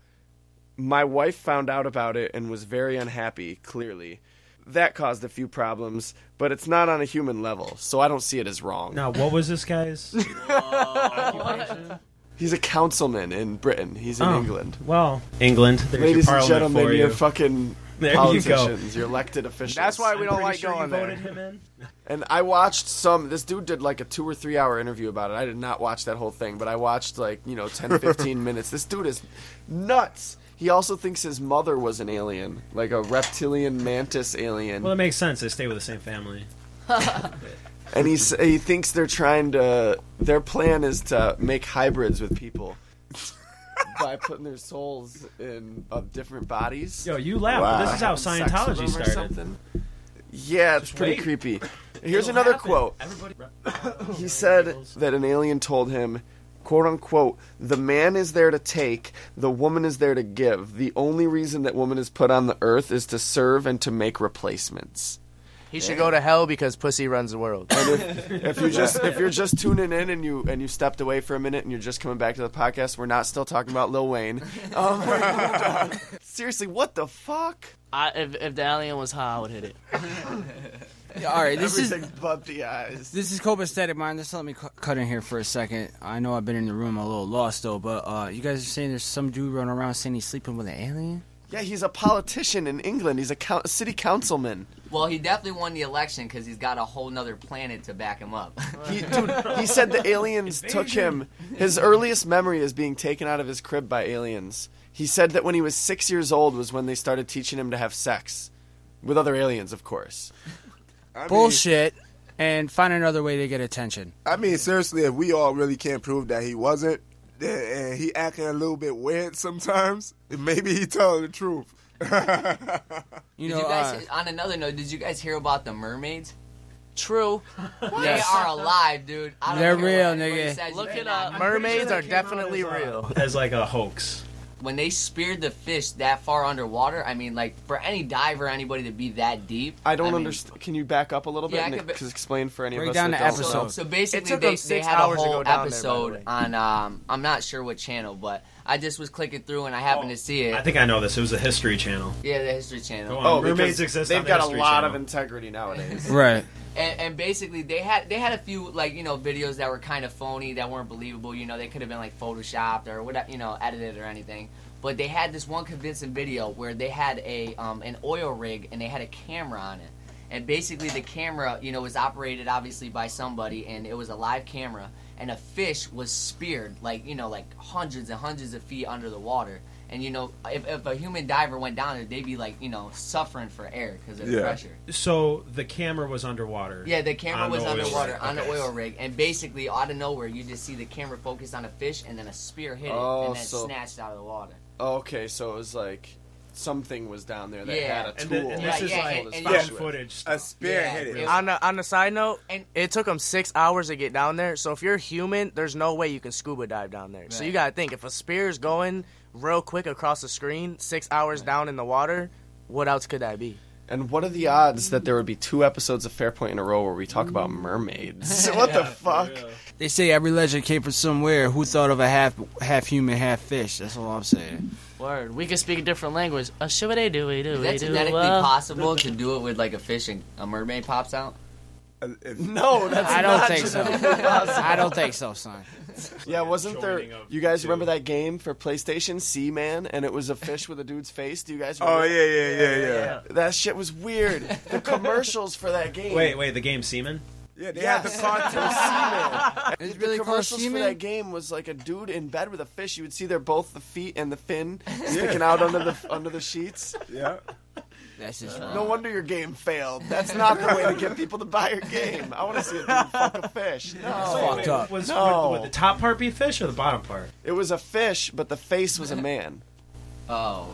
Speaker 2: my wife found out about it and was very unhappy, clearly. That caused a few problems, but it's not on a human level, so I don't see it as wrong.
Speaker 1: Now, what was this guy's? occupation?
Speaker 2: He's a councilman in Britain. He's in
Speaker 1: Oh,
Speaker 2: England.
Speaker 1: Well, England. There's
Speaker 2: Ladies
Speaker 1: your
Speaker 2: and
Speaker 1: parliament
Speaker 2: gentlemen,
Speaker 1: for
Speaker 2: your
Speaker 1: you.
Speaker 2: fucking
Speaker 1: There you go.
Speaker 2: politicians, your elected officials.
Speaker 6: That's why we don't like
Speaker 1: sure you
Speaker 6: going there.
Speaker 1: voted him in.
Speaker 2: And I watched some. This dude did like a two or three hour interview about it. I did not watch that whole thing, but I watched like, you know, 10, 15 minutes. This dude is nuts. He also thinks his mother was an alien, like a reptilian mantis alien.
Speaker 1: Well, it makes sense. They stay with the same family.
Speaker 2: and he's, he thinks they're trying to. Their plan is to make hybrids with people by putting their souls in of different bodies.
Speaker 1: Yo, you laugh. but This is how
Speaker 2: Having sex with
Speaker 1: Scientology
Speaker 2: them or
Speaker 1: started.
Speaker 2: something. Yeah, it's pretty
Speaker 1: wait.
Speaker 2: creepy. Here's
Speaker 1: It'll
Speaker 2: another
Speaker 1: happen.
Speaker 2: quote.
Speaker 1: Everybody,
Speaker 2: He said that an alien told him, quote unquote, the man is there to take, the woman is there to give. The only reason that woman is put on the earth is to serve and to make replacements.
Speaker 6: He should go to hell because pussy runs the world.
Speaker 2: If you just if you're just tuning in and you and you stepped away for a minute and you're just coming back to the podcast, we're not still talking about Lil Wayne. Um, seriously, what the fuck?
Speaker 4: I, if, if the alien was high, I would hit it.
Speaker 5: All right, this is
Speaker 2: Everything but the eyes.
Speaker 5: This is copacetic mind. Just let me cu- cut in here for a second. I know I've been in the room a little lost though, but uh, you guys are saying there's some dude running around saying he's sleeping with an alien.
Speaker 2: Yeah, he's a politician in England. He's a coun city councilman.
Speaker 8: Well, he definitely won the election because he's got a whole nother planet to back him up.
Speaker 2: He, dude, he said the aliens took him. His earliest memory is being taken out of his crib by aliens. He said that when he was six years old was when they started teaching him to have sex. With other aliens, of course.
Speaker 3: I mean-
Speaker 5: Bullshit. And find another way to get attention.
Speaker 3: I mean, seriously, if we all really can't prove that he wasn't, then- and he acting a little bit weird sometimes, maybe he telling the truth.
Speaker 5: You
Speaker 8: Did
Speaker 5: know,
Speaker 8: you
Speaker 5: uh,
Speaker 8: guys, on another note, did you guys hear about the mermaids?
Speaker 4: True.
Speaker 8: They are alive, dude. I don't
Speaker 5: They're
Speaker 8: care what
Speaker 5: real,
Speaker 8: anybody
Speaker 5: nigga.
Speaker 8: says,
Speaker 4: Look
Speaker 8: they're
Speaker 4: it
Speaker 8: not.
Speaker 4: up.
Speaker 6: Mermaids are definitely real.
Speaker 1: as like a hoax.
Speaker 8: When they speared the fish that far underwater, I mean, like for any diver, anybody to be that deep.
Speaker 2: I don't
Speaker 8: mean,
Speaker 2: understand. Can you back up a little bit
Speaker 8: Yeah, I
Speaker 2: and
Speaker 8: could be-
Speaker 2: ex- explain for any
Speaker 5: Break
Speaker 2: of us
Speaker 5: down
Speaker 2: that
Speaker 5: the
Speaker 2: don't
Speaker 8: So,
Speaker 5: episode.
Speaker 2: know?
Speaker 8: so basically,
Speaker 6: It took
Speaker 8: they,
Speaker 6: them
Speaker 8: they
Speaker 6: six
Speaker 8: had a
Speaker 6: hours to
Speaker 8: whole
Speaker 6: go down there, by the
Speaker 8: episode
Speaker 6: way.
Speaker 8: on. Um, I'm not sure what channel, but I just was clicking through and I happened
Speaker 4: Oh.
Speaker 8: to see it.
Speaker 1: I think I know this. It was a History Channel.
Speaker 8: yeah, the History Channel.
Speaker 1: Go on.
Speaker 2: Oh,
Speaker 1: mermaids
Speaker 2: because
Speaker 1: exist.
Speaker 2: They've
Speaker 1: on the
Speaker 2: got a
Speaker 1: History
Speaker 2: lot of
Speaker 1: Channel.
Speaker 2: integrity nowadays.
Speaker 5: right?
Speaker 8: and, and basically they had they had a few like you know videos that were kind of phony that weren't believable you know they could have been like photoshopped or whatever you know edited or anything but they had this one convincing video where they had a um, an oil rig and they had a camera on it and basically the camera you know was operated obviously by somebody and it was a live camera and a fish was speared like you know like hundreds and hundreds of feet under the water and you know if, if a human diver went down there they'd be like you know suffering for air because of the
Speaker 3: Yeah.
Speaker 8: pressure
Speaker 1: So the camera was underwater.
Speaker 8: yeah, the camera
Speaker 1: On
Speaker 8: was
Speaker 1: the oil
Speaker 8: underwater
Speaker 1: rig.
Speaker 8: on the
Speaker 1: Okay.
Speaker 8: oil rig, and basically out of nowhere, you just see the camera focused on a fish, and then a spear hit it,
Speaker 2: Oh,
Speaker 8: and then
Speaker 2: so-
Speaker 8: snatched out of the water.
Speaker 2: Oh, okay, so it was like something was down there that
Speaker 8: Yeah.
Speaker 2: had a
Speaker 1: And,
Speaker 2: tool.
Speaker 1: thi- and
Speaker 8: Yeah,
Speaker 1: this is
Speaker 8: yeah,
Speaker 1: like
Speaker 8: and- and-
Speaker 1: found
Speaker 3: Yeah.
Speaker 1: footage.
Speaker 3: A spear
Speaker 8: Yeah,
Speaker 3: hit it.
Speaker 8: it-
Speaker 6: On the on the side note,
Speaker 8: And-
Speaker 6: it took them six hours to get down there. So if you're human, there's no way you can scuba dive down there. So
Speaker 8: Right.
Speaker 6: you gotta think if a spear's going real quick across the screen, six hours down in the water, what else could that be?
Speaker 2: And what are the odds that there would be two episodes of Fairpoint in a row where we talk about mermaids? what the fuck?
Speaker 5: They say every legend came from somewhere. Who thought of a half half human, half fish? That's all I'm saying.
Speaker 4: Word. We can speak a different language. Uh, shiba they do, we do,
Speaker 8: Is
Speaker 4: we
Speaker 8: that
Speaker 4: do.
Speaker 8: genetically
Speaker 4: uh,
Speaker 8: possible to do it with like a fish and a mermaid pops out?
Speaker 2: No, that's
Speaker 5: I don't
Speaker 2: not
Speaker 5: think so. I don't think so, son.
Speaker 2: Yeah, wasn't there?
Speaker 1: joining of
Speaker 2: You guys
Speaker 1: two.
Speaker 2: remember that game for PlayStation, Sea Man, and it was a fish with a dude's face? Do you guys?
Speaker 3: Oh
Speaker 2: remember
Speaker 3: yeah, yeah, yeah, yeah. Yeah,
Speaker 2: that? That shit was weird. The commercials for that game.
Speaker 1: Wait, wait. The game Seaman.
Speaker 3: they
Speaker 2: Yeah,
Speaker 3: had the cartoon.
Speaker 5: It's
Speaker 2: The
Speaker 5: really called
Speaker 2: commercials for
Speaker 5: semen.
Speaker 2: that game was like a dude in bed with a fish. You would see their both the feet and the fin sticking out under the under the sheets.
Speaker 3: yeah.
Speaker 5: That's just wrong.
Speaker 2: No wonder your game failed. That's not the way to get people to buy your game. I want to see a dude fuck a fish. No.
Speaker 5: fucked up.
Speaker 1: Was,
Speaker 2: No.
Speaker 1: would, would the top part be a fish or the bottom part?
Speaker 2: It was a fish, but the face was a man.
Speaker 8: Oh,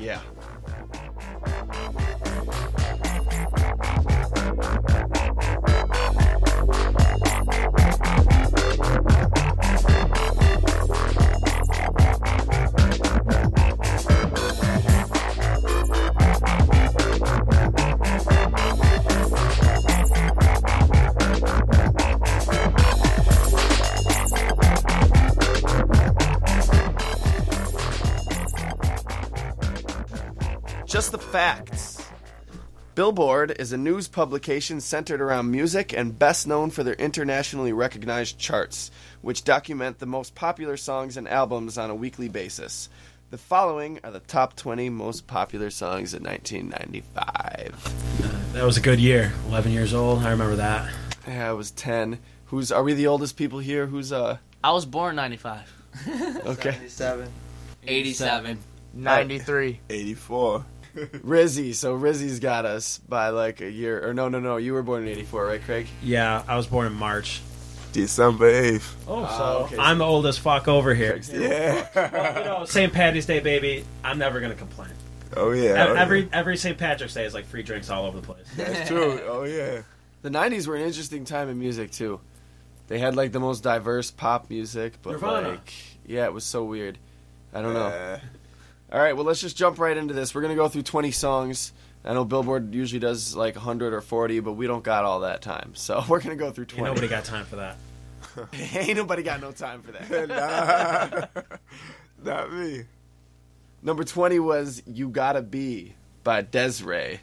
Speaker 2: Yeah. Just the facts. Billboard is a news publication centered around music and best known for their internationally recognized charts, which document the most popular songs and albums on a weekly basis. The following are the top 20 most popular songs in 1995.
Speaker 1: That was a good year. 11 years old. I remember that.
Speaker 2: Yeah, I was 10. Who's are we the oldest people here? Who's uh
Speaker 4: I was born '95.
Speaker 2: okay.
Speaker 8: 87.
Speaker 6: 93.
Speaker 3: 84.
Speaker 2: Rizzy. So Rizzy's got us by like a year or no, no, no. You were born in 84, right, Craig?
Speaker 1: Yeah, I was born in March.
Speaker 3: December 8th.
Speaker 1: Oh, so
Speaker 3: Ah,
Speaker 2: Oh, okay.
Speaker 1: I'm the oldest fuck over here.
Speaker 3: Yeah.
Speaker 1: Well, you know, St. Patty's Day, baby. I'm never gonna complain.
Speaker 3: Oh, yeah.
Speaker 1: Ev-
Speaker 3: oh, yeah.
Speaker 1: Every every St. Patrick's Day is like free drinks all over the place.
Speaker 3: That's true. Oh, yeah.
Speaker 2: The 90s were an interesting time in music too. They had like the most diverse pop music, but
Speaker 1: Nirvana.
Speaker 2: like yeah, it was so weird. I don't know.
Speaker 3: Uh,
Speaker 2: All right, well, let's just jump right into this. We're going to go through 20 songs. I know Billboard usually does like 100 or 40, but we don't got all that time. So we're going to go through
Speaker 1: Ain't
Speaker 2: 20.
Speaker 1: nobody got time for that.
Speaker 2: Ain't nobody got no time for that.
Speaker 3: Uh, Not me.
Speaker 2: Number 20 was You Gotta Be by Desiree.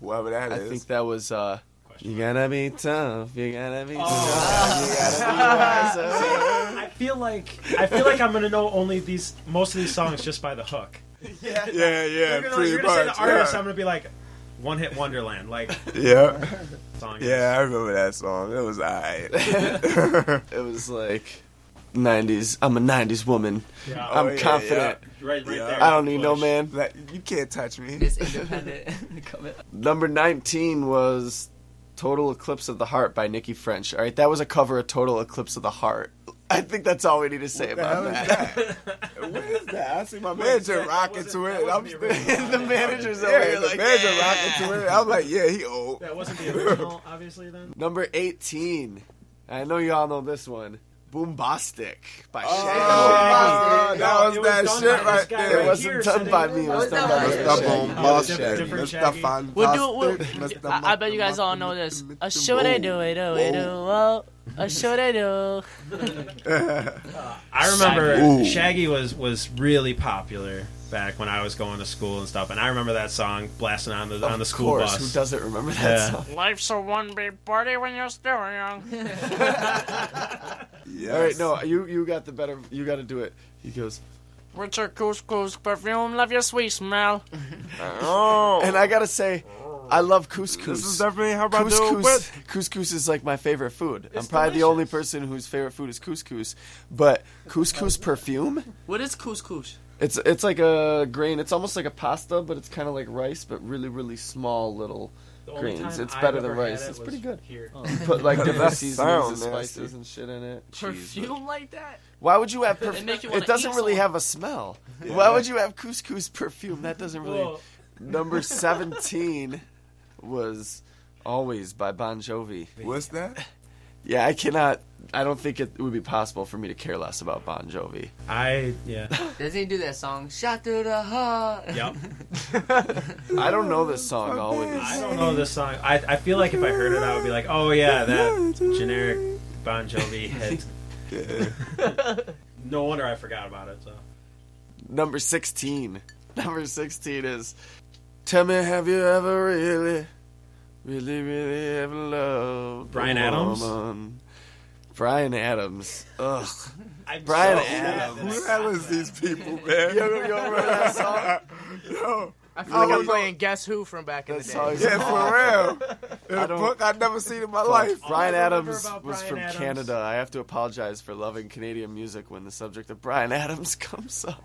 Speaker 3: Whoever that
Speaker 2: I
Speaker 3: is.
Speaker 2: think that was. uh
Speaker 1: Question. Oh,
Speaker 2: you gotta be tough. You gotta be tough. You gotta be wise.
Speaker 1: I feel like I feel like I'm gonna know only these most of these songs just by the hook.
Speaker 3: yeah, yeah,
Speaker 1: You're gonna,
Speaker 3: pretty
Speaker 1: you're gonna
Speaker 3: much.
Speaker 1: say the artist. I'm
Speaker 3: yeah.
Speaker 1: gonna be like, One Hit Wonderland, like
Speaker 3: yeah,
Speaker 1: song. is.
Speaker 3: yeah, I remember that song. It was alright.
Speaker 2: It was like 90s. I'm a 90s woman.
Speaker 1: Yeah.
Speaker 2: I'm
Speaker 3: yeah,
Speaker 2: confident.
Speaker 1: right, right
Speaker 3: Yeah.
Speaker 1: there.
Speaker 2: I don't need no
Speaker 1: Bush.
Speaker 2: man.
Speaker 3: Like, you can't touch me.
Speaker 8: This independent. coming up.
Speaker 2: Number 19 was Total Eclipse of the Heart by Nikki French. All right, that was a cover of Total Eclipse of the Heart. I think that's all we need to say
Speaker 3: The hell
Speaker 2: about
Speaker 3: is
Speaker 2: that.
Speaker 3: that? what is that? I see my manager rocking to it. I'm
Speaker 1: wasn't the
Speaker 3: still-
Speaker 2: the manager's over
Speaker 3: yeah,
Speaker 2: here
Speaker 3: the
Speaker 2: like,
Speaker 3: manager
Speaker 2: "Yeah."
Speaker 3: rocking to it. I'm like, yeah, he old.
Speaker 1: That wasn't the original, obviously. Then
Speaker 2: Number 18. I know you all know this one. Boombastic by
Speaker 3: Oh,
Speaker 2: Shaggy.
Speaker 3: that was
Speaker 1: It
Speaker 3: that
Speaker 1: done
Speaker 3: shit
Speaker 1: by this
Speaker 3: right
Speaker 1: guy
Speaker 3: there.
Speaker 2: It wasn't
Speaker 1: here
Speaker 2: done
Speaker 1: sitting
Speaker 2: by
Speaker 1: there.
Speaker 2: me. It was
Speaker 8: That
Speaker 2: done
Speaker 8: was
Speaker 2: by
Speaker 8: done
Speaker 2: Mr.
Speaker 8: by Shaggy.
Speaker 2: Shaggy.
Speaker 1: Shaggy. Different Shaggy.
Speaker 4: We'll do it. We'll, I, I bet you guys all know this. I sure they do it, do it, do. Oh, I sure they do. oh,
Speaker 1: I remember
Speaker 3: Ooh.
Speaker 1: Shaggy was was really popular back when I was going to school and stuff, and I remember that song blasting on the on the
Speaker 2: Of
Speaker 1: school
Speaker 2: course,
Speaker 1: bus.
Speaker 2: who doesn't remember that
Speaker 1: Yeah.
Speaker 2: song?
Speaker 4: Life's a one big party when you're still young.
Speaker 3: Yes.
Speaker 2: All right, no, you you got the better. You got to do it. He goes,
Speaker 4: With your couscous perfume, love your sweet smell.
Speaker 3: Oh,
Speaker 2: and I gotta say, I love couscous.
Speaker 3: this is definitely how about do
Speaker 2: couscous,
Speaker 3: it.
Speaker 2: couscous is like my favorite food. I'm probably the only person whose favorite food is couscous, but couscous perfume.
Speaker 4: What is couscous?
Speaker 2: It's it's like a grain. It's almost like a pasta, but it's kind of like rice, but really really small little
Speaker 1: The only
Speaker 2: grains.
Speaker 1: time
Speaker 2: It's
Speaker 1: I've
Speaker 2: better than
Speaker 1: ever had
Speaker 2: rice.
Speaker 1: it
Speaker 2: It's
Speaker 1: was
Speaker 2: pretty good.
Speaker 1: Here.
Speaker 2: Put like different
Speaker 3: That
Speaker 2: seasonings and
Speaker 3: sounds nasty.
Speaker 2: spices and shit in it.
Speaker 4: Perfume like that?
Speaker 2: Why would you have
Speaker 4: It
Speaker 2: perfume?
Speaker 4: make you
Speaker 2: It,
Speaker 4: wanna
Speaker 2: doesn't
Speaker 4: eat
Speaker 2: really
Speaker 4: some.
Speaker 2: have a smell. Why would you have couscous perfume? That doesn't really.
Speaker 1: Well,
Speaker 2: Number seventeen was always by Bon Jovi.
Speaker 3: What's that?
Speaker 2: Yeah, I cannot. I don't think it would be possible for me to care less about Bon Jovi.
Speaker 1: I yeah
Speaker 8: Doesn't he do that song? Shot through the heart.
Speaker 1: yep.
Speaker 2: I don't know this song always.
Speaker 1: I don't know this song. I I feel like if I heard it, I would be like, oh yeah, that generic Bon Jovi hit.
Speaker 3: Yeah.
Speaker 1: No wonder I forgot about it. So
Speaker 2: Number 16. Number 16 is Tell me, have you ever really, really, really ever loved
Speaker 1: Bryan
Speaker 2: a
Speaker 1: Adams?
Speaker 2: woman? Brian Adams. Ugh.
Speaker 1: I'm
Speaker 2: Brian
Speaker 1: so mad that
Speaker 2: Adams.
Speaker 1: I
Speaker 3: Who the
Speaker 1: got
Speaker 3: hell is
Speaker 1: that.
Speaker 3: these people, man?
Speaker 2: You ever- you ever heard that song?
Speaker 3: Yo,
Speaker 6: I feel like I'm playing Guess Who from back in
Speaker 2: That
Speaker 6: the day.
Speaker 2: song's
Speaker 3: yeah, for real.
Speaker 2: I
Speaker 3: In a
Speaker 2: don't-
Speaker 3: book I've never seen in my
Speaker 2: Fuck.
Speaker 3: life.
Speaker 2: Bryan
Speaker 1: I remember
Speaker 2: Adams
Speaker 1: about
Speaker 2: was
Speaker 1: Bryan
Speaker 2: from
Speaker 1: Adams-
Speaker 2: Canada. I have to apologize for loving Canadian music when the subject of Brian Adams comes up.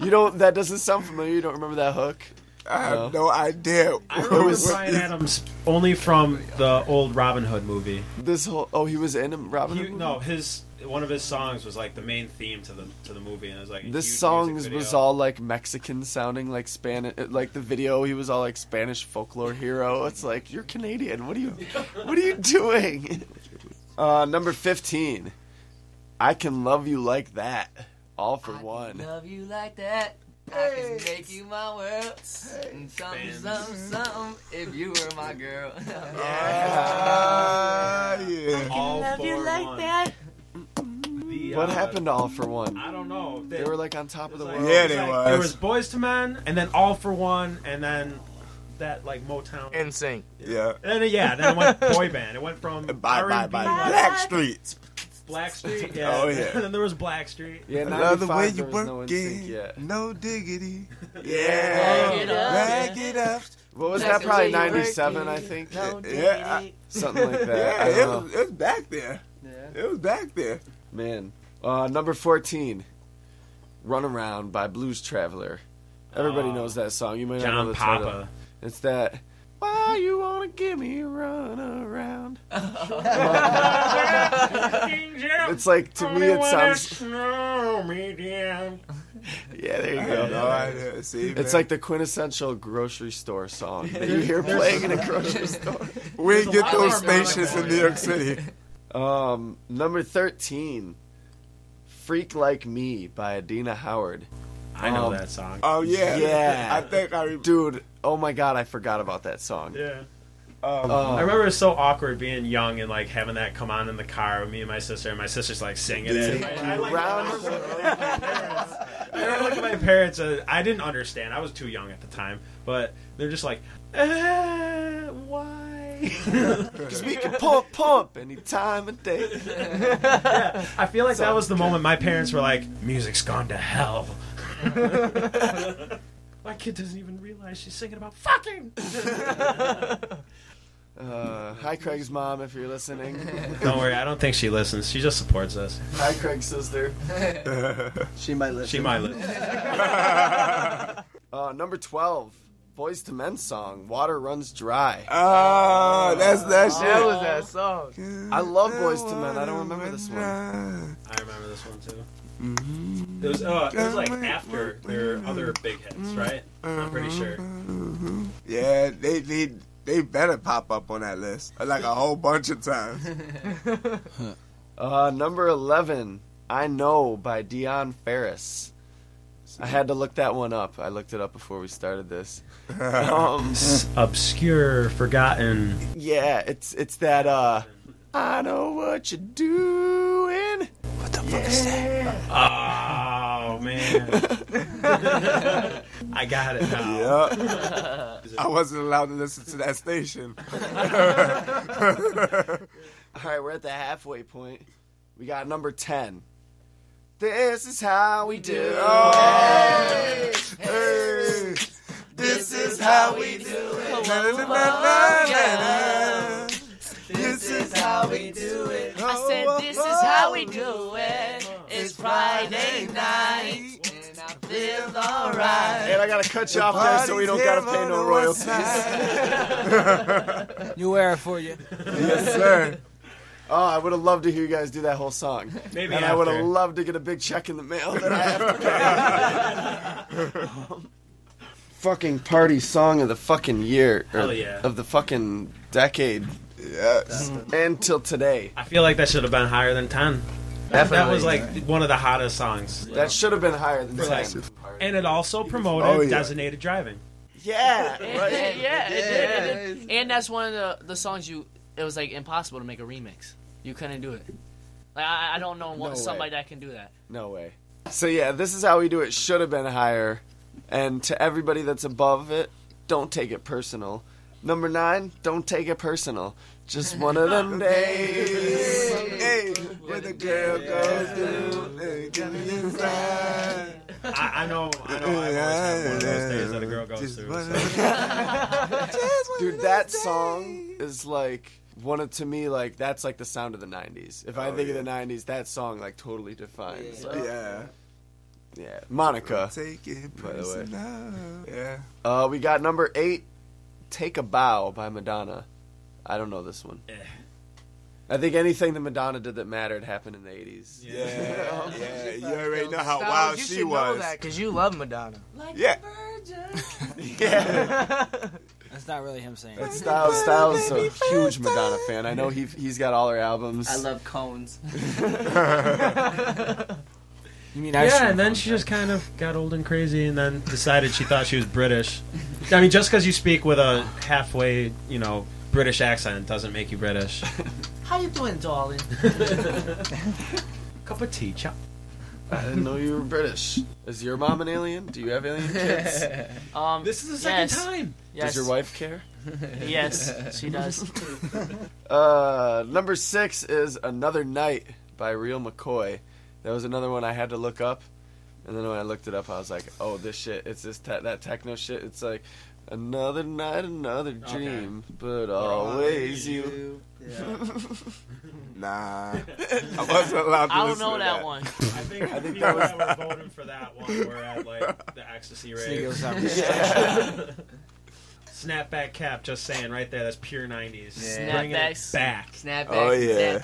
Speaker 2: you don't. That doesn't sound familiar. You don't remember that hook?
Speaker 3: I
Speaker 2: No.
Speaker 3: have no idea.
Speaker 1: I remember
Speaker 2: was-
Speaker 1: Brian Adams only from the old Robin Hood movie.
Speaker 2: This whole. Oh, he was in him, Robin.
Speaker 1: He,
Speaker 2: Hood movie?
Speaker 1: no, his one of his songs was like the main theme to the to the movie, and it was like a
Speaker 2: This
Speaker 1: huge
Speaker 2: song
Speaker 1: music
Speaker 2: was
Speaker 1: video.
Speaker 2: all like Mexican sounding, like Spanish, like the video. He was all like Spanish folklore hero. It's like you're Canadian. What are you, what are you doing? Uh, number fifteen, I can love you like that. All for
Speaker 8: I
Speaker 2: one.
Speaker 8: Love you like that. I can make you my world. And something, something, something. If you were my girl.
Speaker 3: Ah, yeah.
Speaker 1: All for one.
Speaker 8: that.
Speaker 1: The,
Speaker 2: What
Speaker 1: uh,
Speaker 2: happened to All for One?
Speaker 1: I don't know.
Speaker 2: They were like on top of the world.
Speaker 3: Yeah,
Speaker 1: it
Speaker 3: they
Speaker 1: was
Speaker 3: was.
Speaker 1: There was Boys to Men, and then All for One, and then that like Motown. And
Speaker 6: In sync.
Speaker 3: Yeah.
Speaker 1: then yeah, then it went boy band. It went from
Speaker 3: Bye, bye,
Speaker 1: R&B
Speaker 3: bye. Black streets.
Speaker 1: Blackstreet, yeah.
Speaker 3: Oh, yeah.
Speaker 1: and then there was Blackstreet.
Speaker 2: Yeah,
Speaker 3: I love the
Speaker 2: 95,
Speaker 3: way
Speaker 2: there
Speaker 3: you
Speaker 2: was no
Speaker 3: work
Speaker 2: NSYNC
Speaker 3: it.
Speaker 2: yet.
Speaker 3: No diggity. Yeah.
Speaker 4: Bag it up.
Speaker 3: Bag it up.
Speaker 2: What was
Speaker 4: That's
Speaker 2: that?
Speaker 4: the
Speaker 2: Probably
Speaker 4: way you work
Speaker 2: '97,
Speaker 4: it.
Speaker 2: I think.
Speaker 4: No,
Speaker 3: Yeah,
Speaker 4: diggity.
Speaker 2: Something like that. I
Speaker 3: Yeah, it
Speaker 2: don't know.
Speaker 3: was, it was back there. It was back there.
Speaker 2: Man, uh, number 14, Run Around by Blues Traveler. Everybody
Speaker 1: Ah.
Speaker 2: knows that song. You may not know
Speaker 1: John
Speaker 2: the title.
Speaker 1: Papa.
Speaker 2: It's that. Why you wanna give me a run around? It's like to me it sounds. Yeah, there you
Speaker 3: I
Speaker 2: go.
Speaker 3: had no idea. See,
Speaker 2: It's
Speaker 3: man.
Speaker 2: like the quintessential grocery store song that you hear playing in a grocery store.
Speaker 3: we ain't get
Speaker 4: lot
Speaker 3: those
Speaker 4: more going
Speaker 3: stations
Speaker 4: on.
Speaker 3: in New York City.
Speaker 2: Um, number 13, Freak Like Me by Adina Howard.
Speaker 1: I know
Speaker 2: Um,
Speaker 1: that song.
Speaker 3: Oh yeah,
Speaker 2: Yeah.
Speaker 3: I think I remember.
Speaker 2: Dude, oh my god, I forgot about that song.
Speaker 1: yeah.
Speaker 3: Um,
Speaker 1: I
Speaker 2: Um,
Speaker 1: remember it was so awkward being young and like having that come on in the car with me and my sister, and my sister's like singing it. I, I, like,
Speaker 2: round
Speaker 1: I remember looking at my parents. Uh, I didn't understand. I was too young at the time, but they're just like, eh, why?
Speaker 2: Cause we can pump, pump any time of day.
Speaker 1: I feel like that was the moment my parents were like, music's gone to hell. my kid doesn't even realize she's singing about fucking.
Speaker 2: Uh, hi, Craig's mom, if you're listening.
Speaker 1: Don't worry, I don't think she listens. She just supports us.
Speaker 2: hi, Craig's sister.
Speaker 9: She might listen.
Speaker 1: She might listen.
Speaker 4: Oh,
Speaker 2: Uh, number 12, Boys to Men song, Water Runs Dry.
Speaker 3: Ah, that's that shit.
Speaker 6: That was that song.
Speaker 2: I love Boys to Men. I don't remember this one.
Speaker 1: I remember this one too. It was uh, it was like after their other big hits, right? I'm pretty sure.
Speaker 3: Yeah, they they they better pop up on that list like a whole bunch of times.
Speaker 2: Uh, number 11, I Know by Dion Ferris. I had to look that one up. I looked it up before we started this. Um,
Speaker 1: Obscure, forgotten.
Speaker 2: yeah, it's it's that uh I know what you're doing.
Speaker 1: Oh man, I got it now.
Speaker 3: Yeah, I wasn't allowed to listen to that station.
Speaker 2: All right, we're at the halfway point. We got number 10. This is how we do.
Speaker 3: Oh, Hey, this is how we do it. Oh, Na, na, na, na, na, na. This is how we do it. Oh, I said,
Speaker 4: This is how we do it. It's Friday night. Feel alright.
Speaker 2: And I gotta cut you off there so we don't gotta pay no royalties.
Speaker 5: New era for you.
Speaker 3: yes, sir.
Speaker 2: Oh, I would have loved to hear you guys do that whole song.
Speaker 1: Maybe
Speaker 2: and I
Speaker 1: after.
Speaker 2: would have loved to get a big check in the mail that I have to pay. fucking party song of the fucking year. or
Speaker 1: Hell yeah.
Speaker 2: Of the fucking decade. Mm-hmm.
Speaker 3: Yes.
Speaker 2: And till today.
Speaker 1: I feel like that should have been higher than ten. That, that was like one of the hottest songs,
Speaker 2: That should have been higher than
Speaker 1: like-
Speaker 2: 10.
Speaker 1: and it also promoted
Speaker 3: Oh, yeah.
Speaker 1: designated driving.
Speaker 2: Yeah,
Speaker 4: Yeah,
Speaker 2: right?
Speaker 4: yeah, it did, it did. And that's one of the, the songs you. It was like impossible to make a remix. You couldn't do it. Like I, I don't know what,
Speaker 2: No
Speaker 4: somebody
Speaker 2: way.
Speaker 4: that can do that.
Speaker 2: No way. So yeah, this is how we do it. Should have been higher. And to everybody that's above it, don't take it personal. Number nine, don't take it personal. Just one of them days.
Speaker 3: Hey, where the girl goes through, they got me inside.
Speaker 1: I, I know, I know. I've always had one of those days that a girl goes
Speaker 3: Just
Speaker 1: through.
Speaker 3: one of
Speaker 1: so.
Speaker 3: them- Just one
Speaker 2: Dude,
Speaker 3: of
Speaker 2: that
Speaker 3: those
Speaker 2: song
Speaker 3: days.
Speaker 2: is like one of to me like that's like the sound of the '90s. If I
Speaker 3: Oh,
Speaker 2: think
Speaker 3: yeah.
Speaker 2: of the '90s, that song like totally defines. Yeah,
Speaker 3: Yeah.
Speaker 2: Monica.
Speaker 3: Take it
Speaker 2: By the way.
Speaker 3: personal. Yeah.
Speaker 2: Uh, we got number eight, "Take a Bow" by Madonna. I don't know this one.
Speaker 1: Eh.
Speaker 2: I think anything that Madonna did that mattered happened in the '80s.
Speaker 3: Yeah. Yeah. You already know how
Speaker 6: Styles,
Speaker 3: wild
Speaker 6: you
Speaker 3: she
Speaker 6: should know
Speaker 3: was.
Speaker 6: that because you love Madonna.
Speaker 3: Yeah.
Speaker 5: That's not really him saying.
Speaker 2: But Styles, Styles is a huge Madonna fan. I know he he's got all her albums.
Speaker 8: I love cones.
Speaker 5: You mean
Speaker 1: Yeah, and then she just kind of got old and crazy, and then decided she thought she was British. I mean, just because you speak with a halfway, you know, British accent doesn't make you British.
Speaker 4: How you doing, darling?
Speaker 1: Cup of tea, chop.
Speaker 2: I didn't know you were British. Is your mom an alien? Do you have alien kids?
Speaker 4: Um,
Speaker 1: This is the second
Speaker 4: Yes.
Speaker 1: time.
Speaker 4: yes,
Speaker 2: Does your wife care?
Speaker 4: yes, she does.
Speaker 2: Uh, number six is "Another Night" by Real McCoy. That was another one I had to look up, and then when I looked it up, I was like, "Oh, this shit! It's this te- that techno shit. It's like another night, another dream, but always you."
Speaker 3: nah, I wasn't allowed to.
Speaker 1: I don't
Speaker 3: listen
Speaker 1: know
Speaker 3: to
Speaker 1: that one. I think
Speaker 3: I think
Speaker 1: people
Speaker 3: that was
Speaker 1: that were voting for that one were at, like, the ecstasy rave.
Speaker 3: Sneakers
Speaker 1: Yeah.
Speaker 3: up your shirt.
Speaker 1: Snapback cap, just saying, right there. That's pure '90s.
Speaker 2: Yeah.
Speaker 1: Bringing it
Speaker 2: Snapbacks.
Speaker 1: back.
Speaker 2: Oh yeah.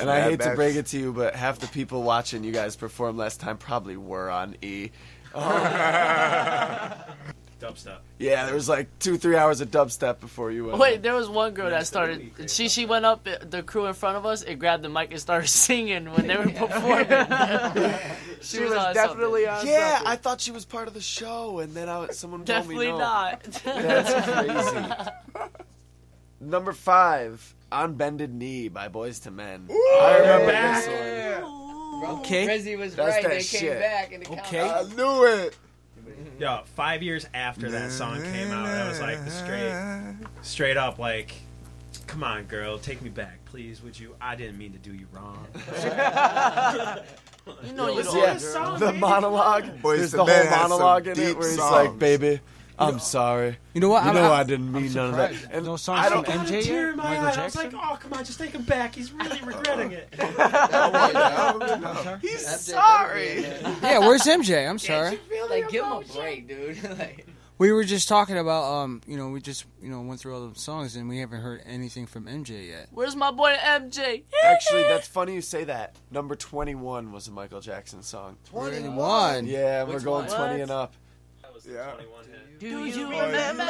Speaker 2: And I hate to
Speaker 1: Snapbacks.
Speaker 2: break it to you, but half the people watching you guys perform last time probably were on E.
Speaker 1: Dubstep.
Speaker 2: Yeah, there was like two, three hours of dubstep before you went.
Speaker 4: Wait, there was one girl that started. She she went up uh, the crew in front of us and grabbed the mic and started singing when they were performing.
Speaker 2: She,
Speaker 4: was
Speaker 2: was,
Speaker 4: on
Speaker 2: definitely
Speaker 4: something.
Speaker 2: on.
Speaker 4: Yeah,
Speaker 2: Yeah, I thought she was part of the show, and then I, someone
Speaker 4: Definitely
Speaker 2: told me no.
Speaker 4: not.
Speaker 2: That's crazy. Number five, "On Bended Knee" by Boys to Men. I remember this one.
Speaker 5: Okay.
Speaker 8: Rizzy was
Speaker 2: That's
Speaker 8: right.
Speaker 2: that
Speaker 8: They
Speaker 2: shit.
Speaker 8: came back and the
Speaker 1: Okay.
Speaker 8: count-
Speaker 3: knew it.
Speaker 1: Yeah, five years after that song came out, I was like, the straight, straight up, like, come on, girl, take me back, please, would you? I didn't mean to do you wrong.
Speaker 4: You know
Speaker 2: It
Speaker 4: you
Speaker 2: was,
Speaker 3: Oh,
Speaker 4: don't.
Speaker 2: yeah,
Speaker 4: girl.
Speaker 2: the monologue.
Speaker 3: Boyz
Speaker 2: There's
Speaker 3: II
Speaker 2: the
Speaker 3: Men
Speaker 2: whole
Speaker 3: had some
Speaker 2: monologue in it
Speaker 3: deep
Speaker 2: where he's
Speaker 3: songs.
Speaker 2: like, "Baby, I'm sorry.
Speaker 5: You know what?
Speaker 2: You
Speaker 5: I'm-
Speaker 2: know
Speaker 5: I'm-
Speaker 2: I didn't mean none of that." And
Speaker 5: No
Speaker 2: I
Speaker 5: songs from
Speaker 2: don't-
Speaker 5: MJ
Speaker 1: Tear in
Speaker 5: yet?
Speaker 1: my eye.
Speaker 5: Michael
Speaker 1: I was
Speaker 5: Jackson?
Speaker 1: like, oh, come on, just take him back. He's really regretting it.
Speaker 3: Oh,
Speaker 2: He's
Speaker 8: sorry.
Speaker 1: "Oh,
Speaker 5: yeah, where's MJ? I'm sorry.
Speaker 8: Like, give him a break, dude. like,
Speaker 5: We were just talking about, um, you know, we just, you know, went through all the songs and we haven't heard anything from MJ yet.
Speaker 4: Where's my boy MJ?
Speaker 2: Actually, that's funny you say that. Number 21 was a Michael Jackson song.
Speaker 5: 21?
Speaker 2: Yeah, we're
Speaker 5: Which
Speaker 2: going
Speaker 5: one?
Speaker 2: 20 and up.
Speaker 3: Yeah.
Speaker 4: Do you remember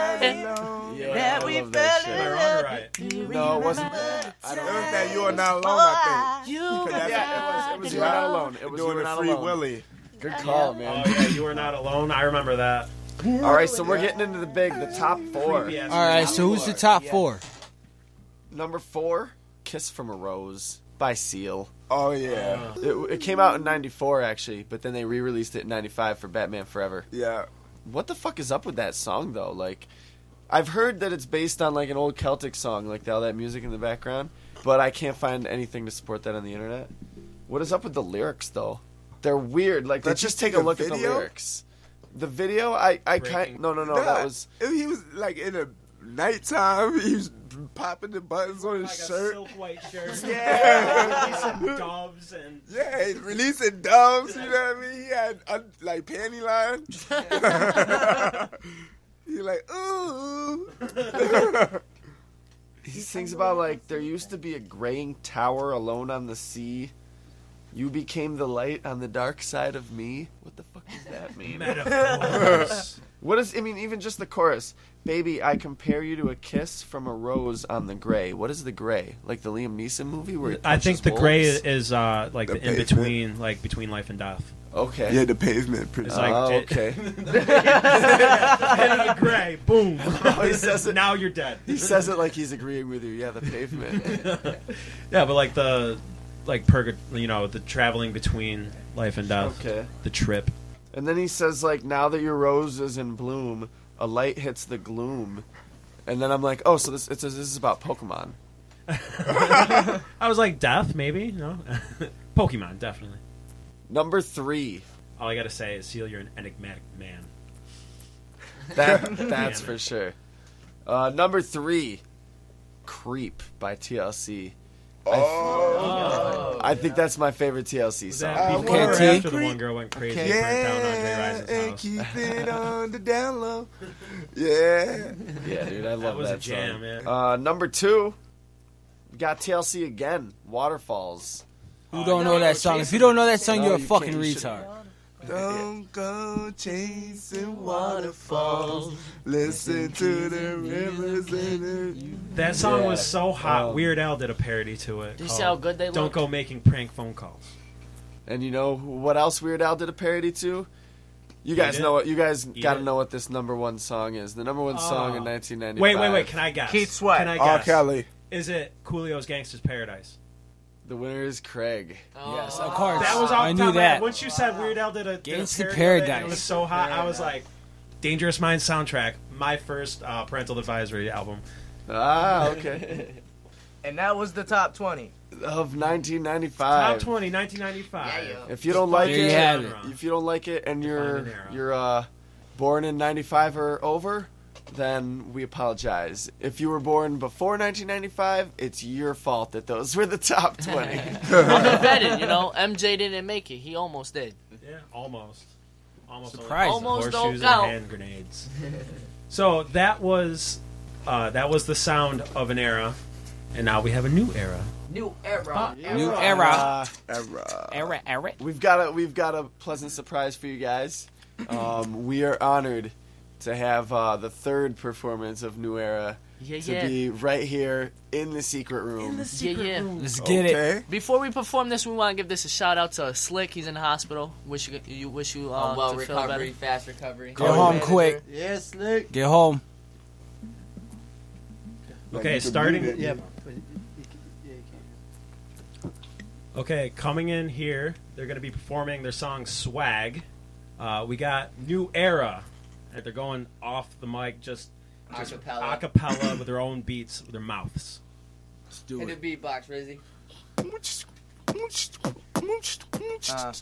Speaker 2: Yeah,
Speaker 4: that
Speaker 2: I
Speaker 4: we
Speaker 2: love that
Speaker 4: fell
Speaker 2: shit.
Speaker 4: in
Speaker 1: All right.
Speaker 2: No, it wasn't that. I
Speaker 3: It
Speaker 2: don't
Speaker 3: was that you are not alone. I think.
Speaker 4: you?
Speaker 2: Yeah, it was, it was You Are Not Alone. It was
Speaker 3: doing
Speaker 2: You Are
Speaker 3: the
Speaker 2: Not
Speaker 3: free
Speaker 2: Alone.
Speaker 3: Willy.
Speaker 2: Good call,
Speaker 1: Oh,
Speaker 2: man.
Speaker 1: yeah, you are not alone. I remember that.
Speaker 2: All right, so we're getting into the big, the top four.
Speaker 1: Creepy ass
Speaker 5: All right, so who's the top four?
Speaker 2: Number four, Kiss from a Rose by Seal.
Speaker 3: Oh yeah,
Speaker 2: It, it came out in 94, actually, but then they re released it in 95 for Batman Forever.
Speaker 3: yeah.
Speaker 2: what the fuck is up with that song though? Like, I've heard that it's based on like an old Celtic song, like all that music in the background, but I can't find anything to support that on the internet. What is up with the lyrics though? They're weird. Like,
Speaker 3: That's
Speaker 2: let's just
Speaker 3: just
Speaker 2: take a
Speaker 3: the
Speaker 2: look at the
Speaker 3: video?
Speaker 2: lyrics. The video, I, I kind
Speaker 1: Breaking.
Speaker 2: no, no, no,
Speaker 3: Nah,
Speaker 2: that was
Speaker 3: if he was like in the nighttime. He was popping the buttons on his
Speaker 1: Like a
Speaker 3: shirt.
Speaker 1: silk white shirt.
Speaker 3: Yeah.
Speaker 1: Some doves and
Speaker 3: Yeah, he's releasing doves. You know what I mean? He had uh, like panty line. He like ooh.
Speaker 2: he sings about like there used to be a graying tower alone on the sea. You became the light on the dark side of me. What the fuck does that mean?
Speaker 1: metaphors.
Speaker 2: What is? I mean, even just the chorus, "Baby, I compare you to a kiss from a rose on the gray." What is the gray? Like the Liam Neeson movie where he
Speaker 1: I think
Speaker 2: punches
Speaker 1: the gray
Speaker 2: wolves?
Speaker 1: is uh, like
Speaker 3: The
Speaker 1: the, in
Speaker 3: pavement.
Speaker 1: between, like between life and death.
Speaker 2: Okay.
Speaker 3: Yeah, the pavement. Pretty
Speaker 1: It's like
Speaker 2: oh,
Speaker 1: it-
Speaker 2: okay.
Speaker 1: Hit it gray, boom.
Speaker 2: Oh, he says it.
Speaker 1: now you're dead.
Speaker 2: he says it like he's agreeing with you. Yeah, the pavement.
Speaker 1: Yeah, but like the like purg, you know, the traveling between life and death.
Speaker 2: Okay.
Speaker 1: The trip.
Speaker 2: and then he says like, "Now that your rose is in bloom, a light hits the gloom." And then I'm like, "Oh, so this it's, this is about Pokemon."
Speaker 1: I was like death, maybe no, Pokemon definitely.
Speaker 2: Number three.
Speaker 1: All I gotta say is, Seal, you're an enigmatic man.
Speaker 2: That that's for sure. Uh, number three, "Creep" by TLC.
Speaker 3: Oh.
Speaker 2: I think that's my favorite TLC
Speaker 1: Was
Speaker 2: song.
Speaker 1: that
Speaker 3: Uh,
Speaker 1: before or
Speaker 5: Can't
Speaker 1: after the
Speaker 3: take-
Speaker 1: one girl went crazy and burnt down Andre
Speaker 3: Yeah,
Speaker 1: Risen's
Speaker 3: and
Speaker 1: house?
Speaker 3: keep it on the down low. Yeah.
Speaker 2: Yeah, dude, I love
Speaker 1: That was a
Speaker 2: that
Speaker 1: jam,
Speaker 2: song.
Speaker 1: man.
Speaker 2: Uh, number two, we got TLC again. Waterfalls.
Speaker 1: Uh,
Speaker 5: Who don't know that song? If you don't know that song,
Speaker 2: No,
Speaker 5: you're a
Speaker 2: you
Speaker 5: fucking
Speaker 2: can't. You should-
Speaker 5: retard.
Speaker 3: Don't go chasing waterfalls. Listen to the rivers in
Speaker 1: That song
Speaker 2: Yeah.
Speaker 1: was so hot.
Speaker 2: Um,
Speaker 1: Weird Al did a parody to it.
Speaker 4: You
Speaker 1: called
Speaker 4: see how good they
Speaker 1: Don't
Speaker 4: look?
Speaker 1: go making prank phone calls.
Speaker 2: And you know what else Weird Al did a parody to? You
Speaker 1: Eat
Speaker 2: guys
Speaker 1: It?
Speaker 2: know what? You guys
Speaker 1: Eat
Speaker 2: got to
Speaker 1: It?
Speaker 2: know what this number one song is. The number one song in
Speaker 1: Oh.
Speaker 2: 1995.
Speaker 1: Wait, wait, wait. Can I guess?
Speaker 6: Keith Sweat.
Speaker 1: Can I
Speaker 3: it. R.
Speaker 1: guess?
Speaker 3: Kelly.
Speaker 1: Is it Coolio's Gangster's Paradise?
Speaker 2: The winner is Craig.
Speaker 5: Yes, of course.
Speaker 1: That was off
Speaker 5: I
Speaker 1: the
Speaker 5: knew
Speaker 1: top of my head.
Speaker 5: that.
Speaker 1: Once you said Weird Al did a, did a
Speaker 5: Gangsta
Speaker 1: parody of it and
Speaker 5: Paradise.
Speaker 1: it was so hot. I was like, Dangerous Minds soundtrack, my first uh, parental advisory album.
Speaker 2: Ah, okay.
Speaker 6: And that was the top 20.
Speaker 2: of 1995.
Speaker 1: Top 20, 1995.
Speaker 2: If you don't like
Speaker 1: There you
Speaker 2: it,
Speaker 1: have it.
Speaker 2: if you don't like it, and you're
Speaker 1: an era.
Speaker 2: you're uh, born in '95 or over, then we apologize. If you were born before 1995, it's your fault that those were the top 20.
Speaker 4: I'm embedded, you know. MJ didn't make it. He almost did.
Speaker 1: Yeah, almost. Almost.
Speaker 4: Surprise. Almost don't
Speaker 1: Horseshoes
Speaker 4: count.
Speaker 1: and hand grenades. So that was uh, that was the sound of an era, and now we have a new era.
Speaker 8: New era.
Speaker 1: New
Speaker 2: era.
Speaker 3: Era.
Speaker 7: Era. Era.
Speaker 2: Uh, We've got a we've got a pleasant surprise for you guys. Um, we are honored to have uh, the third performance of New Era
Speaker 4: Yeah,
Speaker 2: to
Speaker 4: yeah.
Speaker 2: be right here in the secret room.
Speaker 4: yeah, yeah.
Speaker 2: Let's get it. Okay.
Speaker 4: Before we perform this, we want to give this a shout out to Slick. He's in the hospital. Wish you, you wish you uh,
Speaker 8: Oh, well,
Speaker 4: to feel
Speaker 8: recovery,
Speaker 4: better.
Speaker 8: fast recovery.
Speaker 5: Go home quick.
Speaker 9: Yes, Nick.
Speaker 5: Get home.
Speaker 1: Okay, starting.
Speaker 9: Yeah.
Speaker 1: Okay, coming in here, they're going to be performing their song "Swag." Uh, we got New Era, and they're going off the mic just, just
Speaker 8: Acapella.
Speaker 1: acapella with their own beats with their mouths. Let's do
Speaker 8: Hit the beatbox, Rizzy.
Speaker 6: Uh,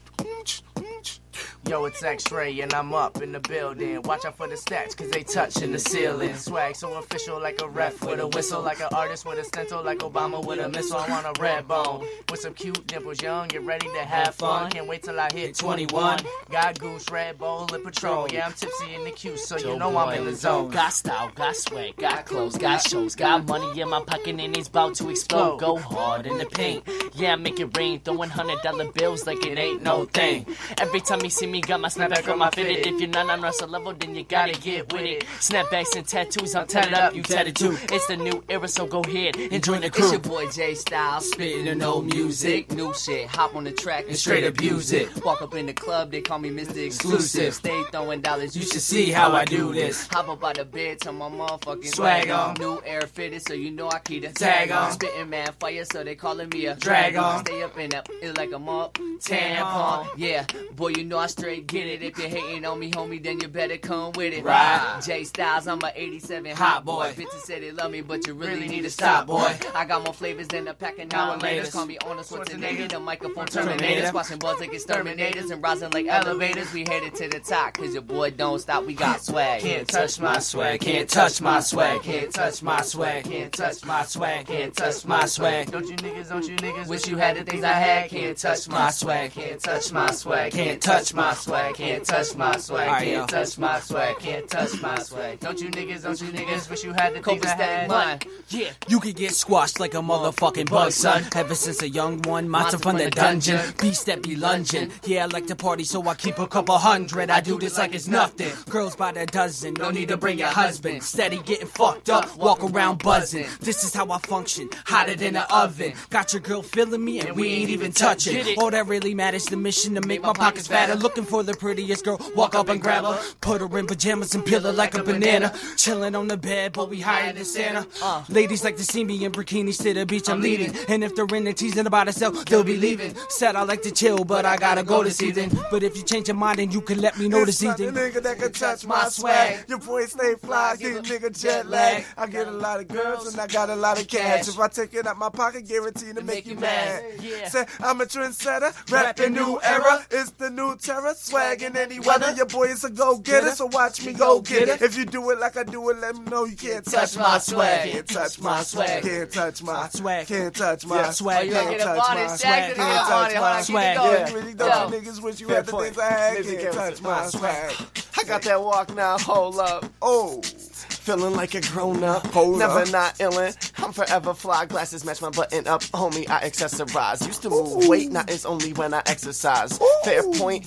Speaker 6: Yo, it's X-Ray and I'm up in the building. Watch out for the stacks, cause they touching the ceiling. Swag so official like a ref with a whistle, like an artist with a stencil, like Obama with a missile. I want a red bone with some cute dimples, young. Get ready to have fun. Can't wait till I hit 21. Got goose, red bull, and patrol. Yeah, I'm tipsy in the cute, so you know I'm in the zone.
Speaker 4: Got style, got swag, got clothes, got shows, got money in my pocket and it's about to explode. Go hard in the paint, yeah, make it rain. Throwing hundred dollar bills like it ain't no thing. Every time you see me, got my snapback from my fitted. If you're not on Russell level, then you gotta get with it. Snapbacks and tattoos, I'm tatted up, you tatted too. It's the new era, so go ahead and join the
Speaker 8: It's
Speaker 4: crew.
Speaker 8: your boy J Style, spitting the no music, new shit. Hop on the track and
Speaker 4: straight
Speaker 8: straight
Speaker 4: abuse
Speaker 8: abuse it. Walk up in the club, they call me Mr. Exclusive. Stay throwing dollars, you should
Speaker 4: see
Speaker 8: see
Speaker 4: how
Speaker 8: how
Speaker 4: I
Speaker 8: I
Speaker 4: do
Speaker 8: do
Speaker 4: this.
Speaker 8: this. Hop up out the bed, turn my motherfucking
Speaker 4: Swag
Speaker 8: swag
Speaker 4: on.
Speaker 8: on. New air fitted, so you know I keep the
Speaker 4: Tag
Speaker 8: tag
Speaker 4: on.
Speaker 8: on. Spitting man fire, so they calling me a
Speaker 4: Drag on.
Speaker 8: Stay up in that, it's like a mop
Speaker 4: Tampon.
Speaker 8: tampon. Yeah, boy, you know I straight get it. If you're hating on me, homie, then you better come with it.
Speaker 4: Right.
Speaker 8: J Styles, I'm a 87
Speaker 4: Hot
Speaker 8: hot
Speaker 4: boy.
Speaker 8: boy. Bitches said they love me, but you really, need to stop, boy. I got more flavors than a pack of
Speaker 4: Now and laters.
Speaker 8: nominators. Call me on a Schwarzenegger, the microphone
Speaker 4: Terminator.
Speaker 8: terminators. Watching buzz like exterminators and rising like elevators. We headed to the top, cause your boy don't stop. We got swag.
Speaker 4: Can't touch my swag, can't touch my swag, can't touch my swag, can't touch my swag, can't touch my swag.
Speaker 6: Don't you niggas, don't you niggas
Speaker 8: Wish you had the things I had. Can't touch my swag. Can't touch my swag. Can't touch my swag. Can't touch my swag.
Speaker 5: Alright, yo.
Speaker 8: Can't touch my swag. Can't touch my swag.
Speaker 6: Don't you niggas, don't you niggas wish you had the
Speaker 8: Copa
Speaker 6: things I
Speaker 8: stack
Speaker 6: had?
Speaker 8: mine.
Speaker 4: Yeah.
Speaker 5: You could get squashed like a motherfucking bug, son. Ever since a young one, monster from the dungeon. Beast that be lunging. Yeah, I like to party, so I keep a couple hundred. I do this like it's nothing. Girls by the dozen, no need to bring your husband. Steady getting fucked up, walk around buzzing. This is how I function, hotter than an oven. Got your girl feeling me, and we ain't even touching. All that really matters the mission to make my pockets fatter. Looking for the prettiest girl, walk up and grab her. Put her in pajamas and peel her like a banana. Chilling on the bed, but we higher than Santa. Ladies like to see me in bikinis to the beach, I'm leading. And if they're in and teasing about herself, they'll be leaving. Said I like to chill, but I gotta go this evening. But if you change your mind, then you can let me know
Speaker 3: It's
Speaker 5: this
Speaker 3: not the
Speaker 5: evening.
Speaker 3: nigga that can touch my swag. Your boy stay fly, give a nigga jet lag. I get a lot of girls and I got a lot of cash. If I take it out my pocket, guaranteed to make you mad. Say, I'm a trendsetter, rapping new era. It's the new terror, swag in any weather. Your boy is a go getter, so watch me go get it. If you do it like I do it, let me know you can't touch my swag. Can't touch my swag. Can't touch my swag. Can't touch my swag.
Speaker 8: You gotta
Speaker 3: Can't
Speaker 8: get up
Speaker 3: touch
Speaker 8: on
Speaker 3: my
Speaker 8: it,
Speaker 3: swag.
Speaker 8: Shaq.
Speaker 3: Can't
Speaker 8: Get up on
Speaker 3: touch
Speaker 8: it. Hold
Speaker 3: my
Speaker 8: on, keep it
Speaker 3: swag.
Speaker 8: going.
Speaker 3: Yeah, you really don't
Speaker 8: Yo.
Speaker 3: you niggas wish you had the things I had. Can't touch my swag.
Speaker 2: I got that walk now, hold up.
Speaker 3: Oh,
Speaker 2: Feeling like a grown up,
Speaker 3: Hold
Speaker 2: never
Speaker 3: up.
Speaker 2: not illin'. I'm forever fly, glasses match my button up, homie. I accessorize. Used to move weight, now it's only when I exercise. Fair point,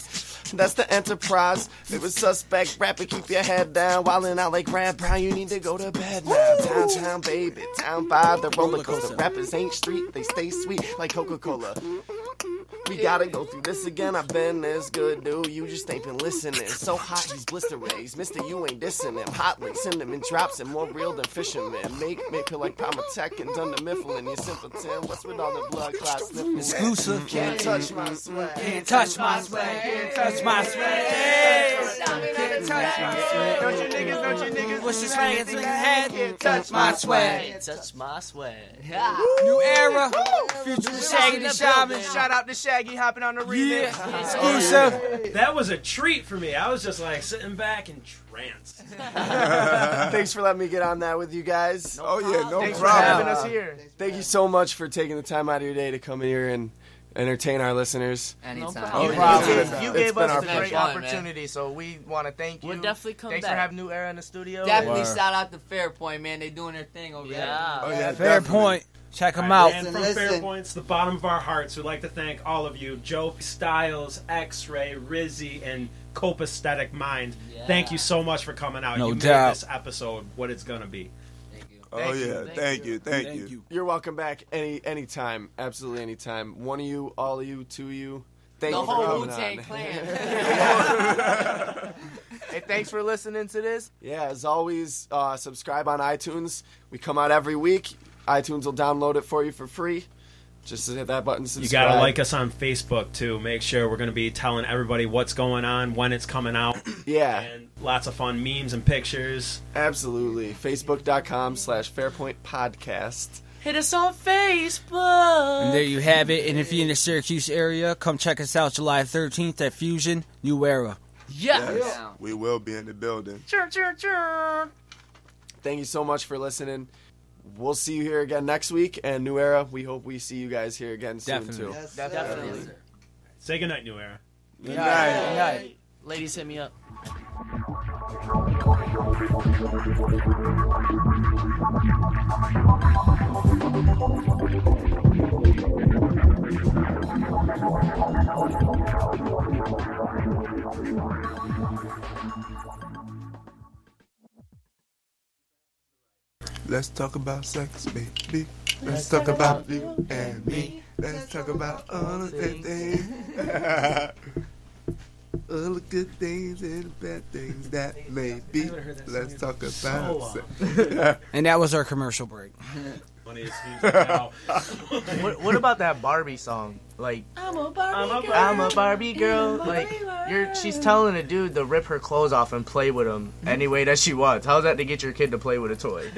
Speaker 2: that's the enterprise. It was suspect, rapper, keep your head down. Wildin' out like Brad Brown, you need to go to bed now. Downtown, baby, down by the roller coaster. Rappers ain't street, they stay sweet like Coca Cola. We gotta go through this again. I've been this good, dude. You just ain't been listening. So hot, he's blister rays. Mister, you ain't dissing him. Hotly, cinnamon drops and more real than fishermen. Make me feel like Pomatech and Dundermifflin. You simpleton. What's with all the blood clots sniffing?
Speaker 5: Exclusive.
Speaker 2: Can't touch my swag.
Speaker 5: Can't touch my swag. Can't touch my swag. Can't touch my swag. Don't you niggas, don't you niggas. What's this swag in your head? Can't touch my swag.
Speaker 4: Can't touch my swag.
Speaker 5: New era. Future Shaggy the Shaman.
Speaker 6: Shout out to Shaggy hopping on the remix.
Speaker 5: Yeah. Exclusive.
Speaker 1: That was a treat for me. I was just like sitting back in trance.
Speaker 2: Thanks for letting me get on that with you guys.
Speaker 3: Oh yeah, no
Speaker 6: Thanks for having
Speaker 3: problem.
Speaker 6: us here.
Speaker 2: Thank you so much for taking the time out of your day to come here and entertain our listeners.
Speaker 8: Anytime.
Speaker 4: Oh,
Speaker 6: You
Speaker 2: problem.
Speaker 8: Anytime.
Speaker 6: gave, you
Speaker 2: It's
Speaker 6: gave
Speaker 2: been
Speaker 6: us
Speaker 2: our
Speaker 6: a great
Speaker 8: pleasure.
Speaker 6: opportunity, so we want to thank you.
Speaker 4: We'll definitely come
Speaker 6: Thanks
Speaker 4: back.
Speaker 6: for having New Era in the studio.
Speaker 8: Definitely
Speaker 3: Word.
Speaker 8: shout out to Fairpoint, man. They doing their thing over
Speaker 4: Yeah.
Speaker 3: Oh yeah,
Speaker 5: Fair
Speaker 3: definitely.
Speaker 5: point. Check him out.
Speaker 1: And
Speaker 9: Listen,
Speaker 1: from
Speaker 9: listen.
Speaker 1: Fairpoint's the bottom of our hearts, we'd like to thank all of you Joe Styles, X Ray, Rizzy, and Copaesthetic Mind.
Speaker 4: Yeah.
Speaker 1: Thank you so much for coming out.
Speaker 5: No
Speaker 1: you
Speaker 5: doubt.
Speaker 1: made this episode what it's going to be.
Speaker 3: Oh yeah, thank you, thank
Speaker 5: Thank
Speaker 3: you.
Speaker 5: you.
Speaker 2: You're welcome back any anytime, absolutely anytime. One of you, all of you, two of you. Thank
Speaker 8: The
Speaker 2: you for
Speaker 8: whole Wu
Speaker 2: coming
Speaker 8: Tang
Speaker 2: on.
Speaker 8: Clan.
Speaker 6: And thanks for listening to this.
Speaker 2: Yeah, as always, uh, subscribe on iTunes. We come out every week. iTunes will download it for you for free. Just hit that button.
Speaker 1: You
Speaker 2: Subscribe.
Speaker 1: got to like us on Facebook too. Make sure we're going to be telling everybody what's going on, when it's coming out,
Speaker 2: Yeah,
Speaker 1: and lots of fun memes and pictures.
Speaker 2: absolutely. Facebook.com/slash Fairpoint Podcast.
Speaker 4: Hit us on Facebook.
Speaker 5: And there you have it. And if you're in the Syracuse area, come check us out July 13th at Fusion New Era.
Speaker 3: Yes,
Speaker 8: Yeah.
Speaker 3: we will be in the building.
Speaker 2: Thank you so much for listening. We'll see you here again next week. And New Era, we hope we see you guys here again soon
Speaker 5: Definitely.
Speaker 2: too.
Speaker 9: Yes, sir.
Speaker 6: Definitely.
Speaker 1: Say goodnight, New Era.
Speaker 5: Good night. Good night.
Speaker 4: Ladies, hit me up.
Speaker 3: Let's talk about sex, baby. Let's talk about you and me. Let's talk about all the good things. All the good things and the bad things that may be. Let's talk about sex.
Speaker 5: And that was our commercial break.
Speaker 1: Funny as he's now.
Speaker 6: What, what about that Barbie song? Like,
Speaker 1: Um, I'm up.
Speaker 6: I'm a Barbie girl. Like, you're, she's telling a dude to rip her clothes off and play with him any way that she wants. How's that to get your kid to play with a toy?